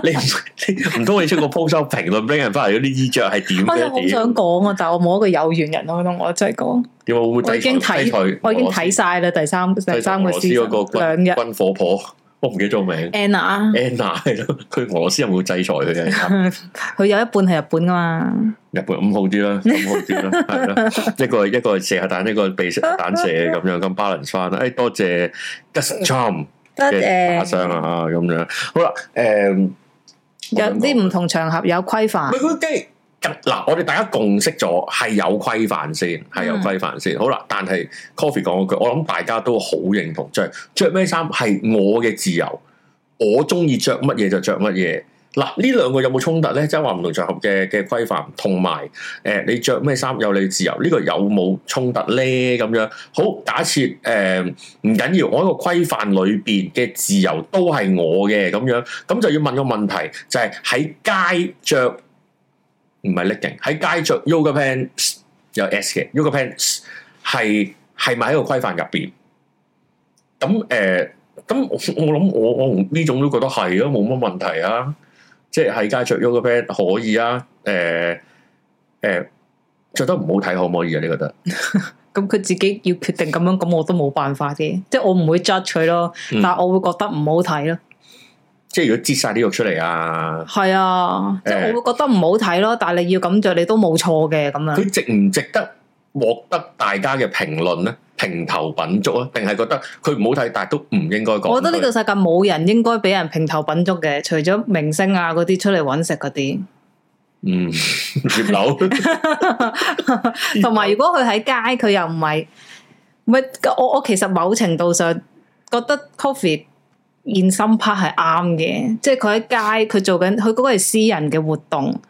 Speaker 1: 你唔你唔通你出個 post 評論 bring 人翻嚟嗰啲衣着係 點
Speaker 2: 我真係好
Speaker 1: 嘅？屌
Speaker 2: 想講啊，但係我冇一個有緣人可同我真係講，
Speaker 1: 有冇會
Speaker 2: 我已經
Speaker 1: 制裁制裁
Speaker 2: 睇，我已經睇晒啦，第三第三個
Speaker 1: 俄羅斯嗰
Speaker 2: season
Speaker 1: 個軍
Speaker 2: 兩日
Speaker 1: 軍火婆，我唔記得咗名
Speaker 2: Anna，啊
Speaker 1: Anna 係咯，佢俄羅斯有冇制裁佢啊？
Speaker 2: 佢有一半係日本噶嘛，
Speaker 1: 日本咁好啲啦，咁好啲啦，係啦，一個一個係射下彈，一個係被射彈射咁樣咁 balance 翻啦。誒，哎多謝 Gus Chum
Speaker 2: 得
Speaker 1: 嘅打
Speaker 2: 誒
Speaker 1: 賞啊，咁樣好啦，誒
Speaker 2: 有啲唔同場合有規範
Speaker 1: 唔係，佢即係嗱，我哋大家共識咗係有規範先，係有規範先。好啦，但係 Coffee 講嗰句，我諗大家都好認同，就係着咩衫係我嘅自由，我中意着乜嘢就着乜嘢。嗱，呢兩個有冇衝突咧？即係話唔同場合嘅嘅規範，同埋誒你着咩衫有你自由，呢、個有冇衝突咧？咁樣好，假設誒唔緊要，我喺個規範裏邊嘅自由都係我嘅咁樣，咁就要問個問題，就係、喺街着唔係 legging 喺街着 yoga pants 有 S 嘅 yoga pants 係係咪喺個規範入邊？咁誒，呃咁、我我諗我我呢種都覺得係啊，冇乜問題啊。即係喺街着 yoga pants 可以啊。誒、誒，著、得唔好睇可唔可以啊？你覺得？
Speaker 2: 咁佢自己要決定咁樣，咁我都冇辦法嘅，即係我唔會 judge 佢咯，
Speaker 1: 嗯
Speaker 2: 但係我會覺得唔好睇咯。
Speaker 1: 即係如果擠晒啲肉出嚟啊，
Speaker 2: 係啊，即係我會覺得唔好睇咯，但係你要咁着，你都冇錯嘅咁樣。
Speaker 1: 佢值唔值得獲得大家嘅評論咧？評頭品足啊，定係覺得佢唔好睇，但係都唔應該講佢。
Speaker 2: 我覺得呢個世界冇人應該俾人平頭品足嘅，除咗明星啊嗰啲出嚟揾食嗰啲，
Speaker 1: 嗯， 葉柳。
Speaker 2: 同埋如果佢喺街，佢又唔係，唔係我我其實某程度上覺得 coffee 現心 part 係啱嘅，即係佢喺街佢做緊，佢嗰個係私人嘅活動，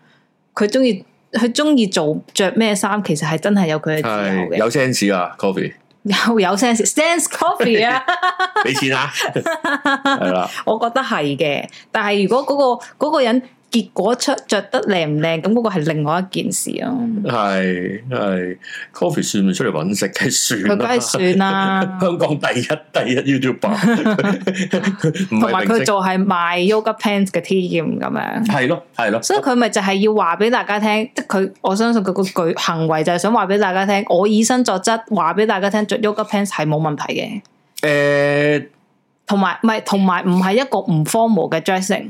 Speaker 2: 佢中意佢中意做着咩衫，其實係真係有佢嘅自由
Speaker 1: 係
Speaker 2: 嘅，
Speaker 1: 有 sense 啊，coffee
Speaker 2: 有有 sense sense coffee 啊。
Speaker 1: 俾 錢啊，係啦，
Speaker 2: 我覺得係嘅，但係如果嗰、個嗰個人結果出着得靚唔靚，咁嗰個係另外一件事咯。
Speaker 1: 係係 coffee 算唔算出嚟揾食梗
Speaker 2: 佢
Speaker 1: 係
Speaker 2: 梗
Speaker 1: 算啦
Speaker 2: 係，算啦，
Speaker 1: 香港第一第一 YouTuber，唔
Speaker 2: 同埋
Speaker 1: 係明
Speaker 2: 佢
Speaker 1: 星，
Speaker 2: 做係賣 yoga pants 嘅 T 咁樣，
Speaker 1: 係咯係咯，
Speaker 2: 所以佢咪就係要話俾大家聽，即係佢我相信佢個舉行為就係想話俾大家聽，我以身作則，話俾大家聽着 yoga pants 係冇問題嘅，
Speaker 1: 誒
Speaker 2: 同埋唔係同埋唔係一個唔 formal 嘅 dressing。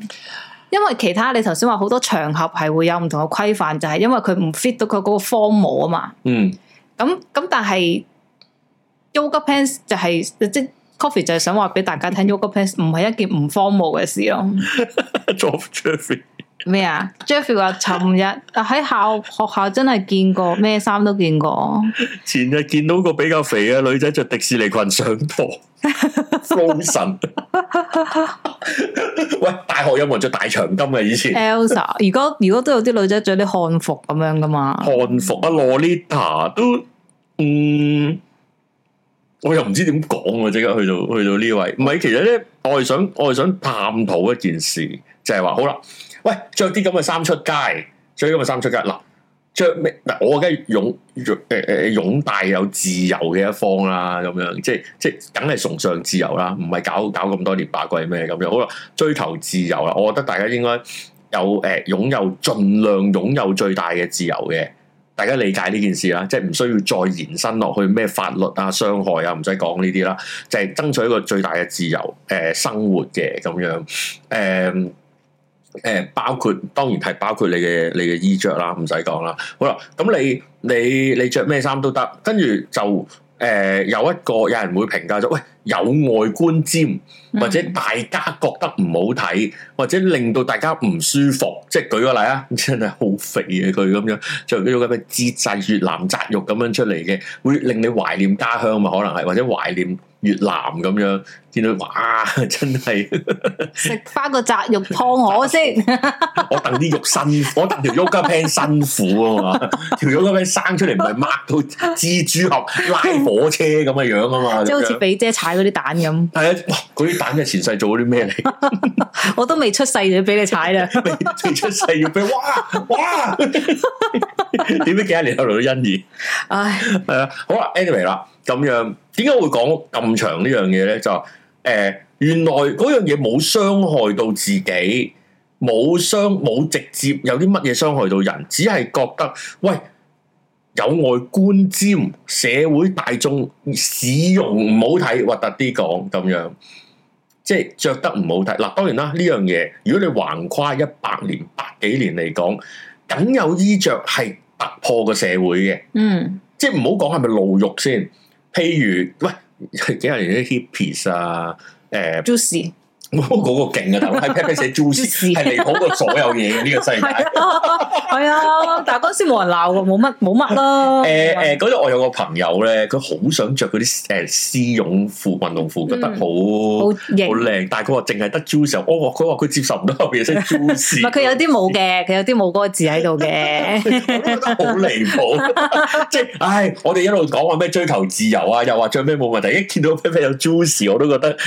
Speaker 2: 因為其他你頭先話好多場合係會有唔同嘅規範，就係、因為佢唔 fit 到佢嗰個 formal 啊嘛。
Speaker 1: 嗯
Speaker 2: 咁咁但係 yoga pants 就係、即係 coffee 就係想話俾大家聽 yoga pants 唔係一件唔荒謬嘅事咯，
Speaker 1: ，George Jeffrey
Speaker 2: 咩啊？Jeffrey 話：尋日啊喺校學校真係見過，咩衫都見 過。
Speaker 1: 前日見到個比較肥嘅女仔着迪士尼裙上堂 ，Frozen。喂，大學有冇人着大長今啊？以前
Speaker 2: Elsa，如果如果都有啲女仔着啲漢服咁樣噶嘛，
Speaker 1: 漢服啊，Lolita 都，嗯，我又唔知點講啊喎，即刻去到去到呢位，唔係，其實咧，我係想我係想探討一件事，就係話好啦，喂，着啲咁嘅衫出街，着啲咁嘅衫出街，嗱，着咩？嗱，我梗係擁擁誒誒擁戴有自由嘅一方啦，咁樣即係即係梗係崇尚自由啦，唔係搞搞咁多年八季咩咁樣，好啦，追求自由啦，我覺得大家應該。有誒、呃、擁有，盡量擁有最大嘅自由嘅，大家理解呢件事啦，啊即係唔需要再延伸落去咩法律啊、傷害啊，唔使講呢啲啦，就係、爭取一個最大嘅自由誒、呃生活嘅咁樣誒。呃誒、包括當然係包括你嘅你嘅衣着啦，唔使講啦。好啦，咁你你你著咩衫都得，跟住就誒、呃有一個有人會評價咗，喂有外觀尖，或
Speaker 2: 嗯
Speaker 1: 者大家覺得唔好睇，或者令到大家唔舒服，即係舉個例啊， 真係好肥嘅佢咁樣，着呢種咁嘅節制越南紮肉咁樣出嚟嘅，會令你懷念家鄉嘛，可能係或者懷念越南咁樣，見到哇 真係〜
Speaker 2: 食翻個雜肉湯我先。
Speaker 1: 我等啲肉辛苦， 我等條 yoga pan 辛苦啊嘛， 條 yoga pan 生出嚟唔係擘到 蜘蛛俠拉火車咁嘅樣啊嘛，
Speaker 2: 即係好
Speaker 1: 咁
Speaker 2: 似
Speaker 1: 樣
Speaker 2: 肥姐踩嗰啲蛋咁，
Speaker 1: 係啊，哇！嗰啲蛋嘅前世做咗啲咩嚟？
Speaker 2: 我都未出世就俾你踩 啦。
Speaker 1: 未出世要俾哇哇！ 點知幾多年後嚟到欣怡？
Speaker 2: 唉，
Speaker 1: 係啊，好啦，anyway 啦，咁樣點解會講咁長呢樣嘢咧？就誒、呃原來嗰樣嘢冇傷害到自己，冇傷冇直接有啲乜嘢傷害到人，只係覺得喂有外觀尖，社會大眾使用唔好睇，核突啲講咁樣。即係着得唔好睇嗱，當然啦，呢樣嘢如果你橫跨一百年、百幾年嚟講，梗有衣着係突破個社會嘅。
Speaker 2: 嗯，
Speaker 1: 即係唔好講係咪露肉先。譬如喂， 幾廿年啲 hippies 啊，誒、
Speaker 2: juicy
Speaker 1: 嗰、個勁啊，頭係 p p 寫 juice，
Speaker 2: Juicy
Speaker 1: 係離譜過所有嘢嘅呢個 世
Speaker 2: 係
Speaker 1: 界。
Speaker 2: 啊，係啊，但係嗰時冇人鬧喎，冇乜冇乜啦。
Speaker 1: 誒誒，嗰日我有個朋友咧，佢好想着嗰啲誒絲絨褲、運動褲，覺得
Speaker 2: 嗯
Speaker 1: 好
Speaker 2: 好
Speaker 1: 好
Speaker 2: 型。
Speaker 1: 靚，但係佢話淨係得 juice，我話佢話佢接受唔到 後邊寫
Speaker 2: 唔
Speaker 1: juice，
Speaker 2: 係佢有啲冇嘅，佢有啲冇嗰個字喺度嘅。
Speaker 1: 我都覺得好離譜， 即係，唉，我哋一路講話咩追求自由啊，又話着咩冇問題，一見到 p p 有 juice，我都覺得。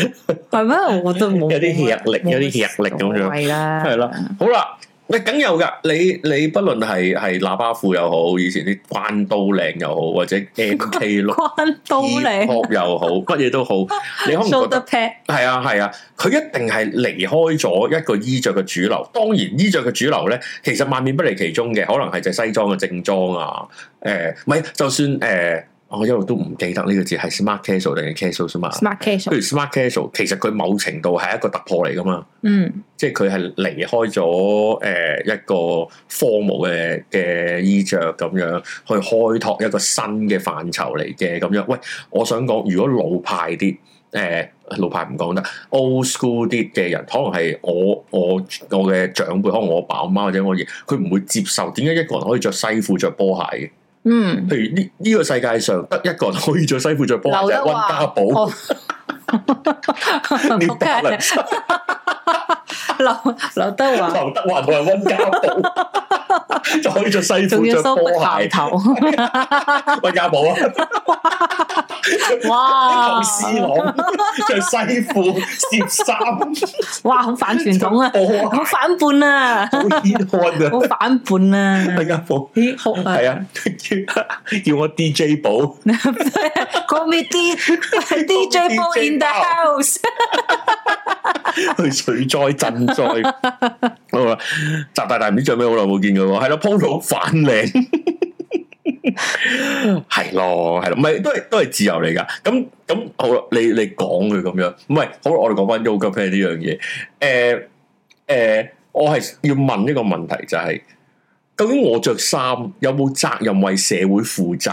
Speaker 2: 係咩？我都冇
Speaker 1: 有啲吃力有啲吃力咁樣
Speaker 2: 係啦，
Speaker 1: 係啊啦，好啦，喂，梗有噶，你你不論係係喇叭褲又好，以前啲關刀領又好，或者 M K 六
Speaker 2: 關刀你
Speaker 1: pop 又 好，乜嘢都好，你可唔覺
Speaker 2: shoulder
Speaker 1: 得？
Speaker 2: pad
Speaker 1: 係啊係啊，佢一定係離開咗一個衣着嘅主流。當然衣着嘅主流咧，其實萬變不離其宗嘅，可能係就係西裝嘅正裝啊，誒、唔係就算誒、我一路都唔記得呢個字係 smart casual 定係 casual smart。
Speaker 2: smart
Speaker 1: 譬
Speaker 2: casual，
Speaker 1: 如 smart casual，其實佢某程度係一個突破嚟噶嘛。
Speaker 2: 嗯
Speaker 1: 即係佢係離開咗誒、呃一個科目嘅嘅衣着咁樣，去開拓一個新嘅範疇嚟嘅咁樣。喂，我想講，如果老派啲誒、呃老派唔講得，old school 啲嘅人，可能係我我我嘅長輩，可能我爸我媽或者我爺，佢唔會接受點解一個人可以着西褲着波鞋嘅。
Speaker 2: 嗯。
Speaker 1: 譬如呢呢、個世界上得一個人可以着西褲着波鞋，就
Speaker 2: 劉
Speaker 1: 係
Speaker 2: 德
Speaker 1: 温
Speaker 2: 華
Speaker 1: 家 寶、
Speaker 2: 哦
Speaker 1: New Balance
Speaker 2: 劉劉德華
Speaker 1: 劉德華同埋温家寶 就可以着西
Speaker 2: 仲
Speaker 1: 褲
Speaker 2: 要
Speaker 1: 着
Speaker 2: 梳
Speaker 1: 波
Speaker 2: 不
Speaker 1: 鞋
Speaker 2: 校， 頭，
Speaker 1: 温家寶啊，
Speaker 2: 哇
Speaker 1: 同！斯朗着西褲摺衫，
Speaker 2: 哇，好反傳統啊，
Speaker 1: 波
Speaker 2: 好
Speaker 1: 鞋
Speaker 2: 反叛啊，
Speaker 1: 好牽看
Speaker 2: 好
Speaker 1: 啊，
Speaker 2: 反叛啊！
Speaker 1: 温家寶
Speaker 2: 咦，好啊
Speaker 1: 係啊，叫叫我 DJ 寶，
Speaker 2: ，Call me D DJ Ball in the house，
Speaker 1: 去水災賑災。 好啦，習大大唔知着咩，好耐冇見佢喎，係咯，鋪到反領。 係咯，係咯，唔係都係都係自由嚟噶。咁咁好啦，你你講佢咁樣，唔係好啦，我哋講翻 yoga plan 呢樣嘢。誒、誒、我係要問一個問題，就係、究竟我着衫有冇責任為社會負責？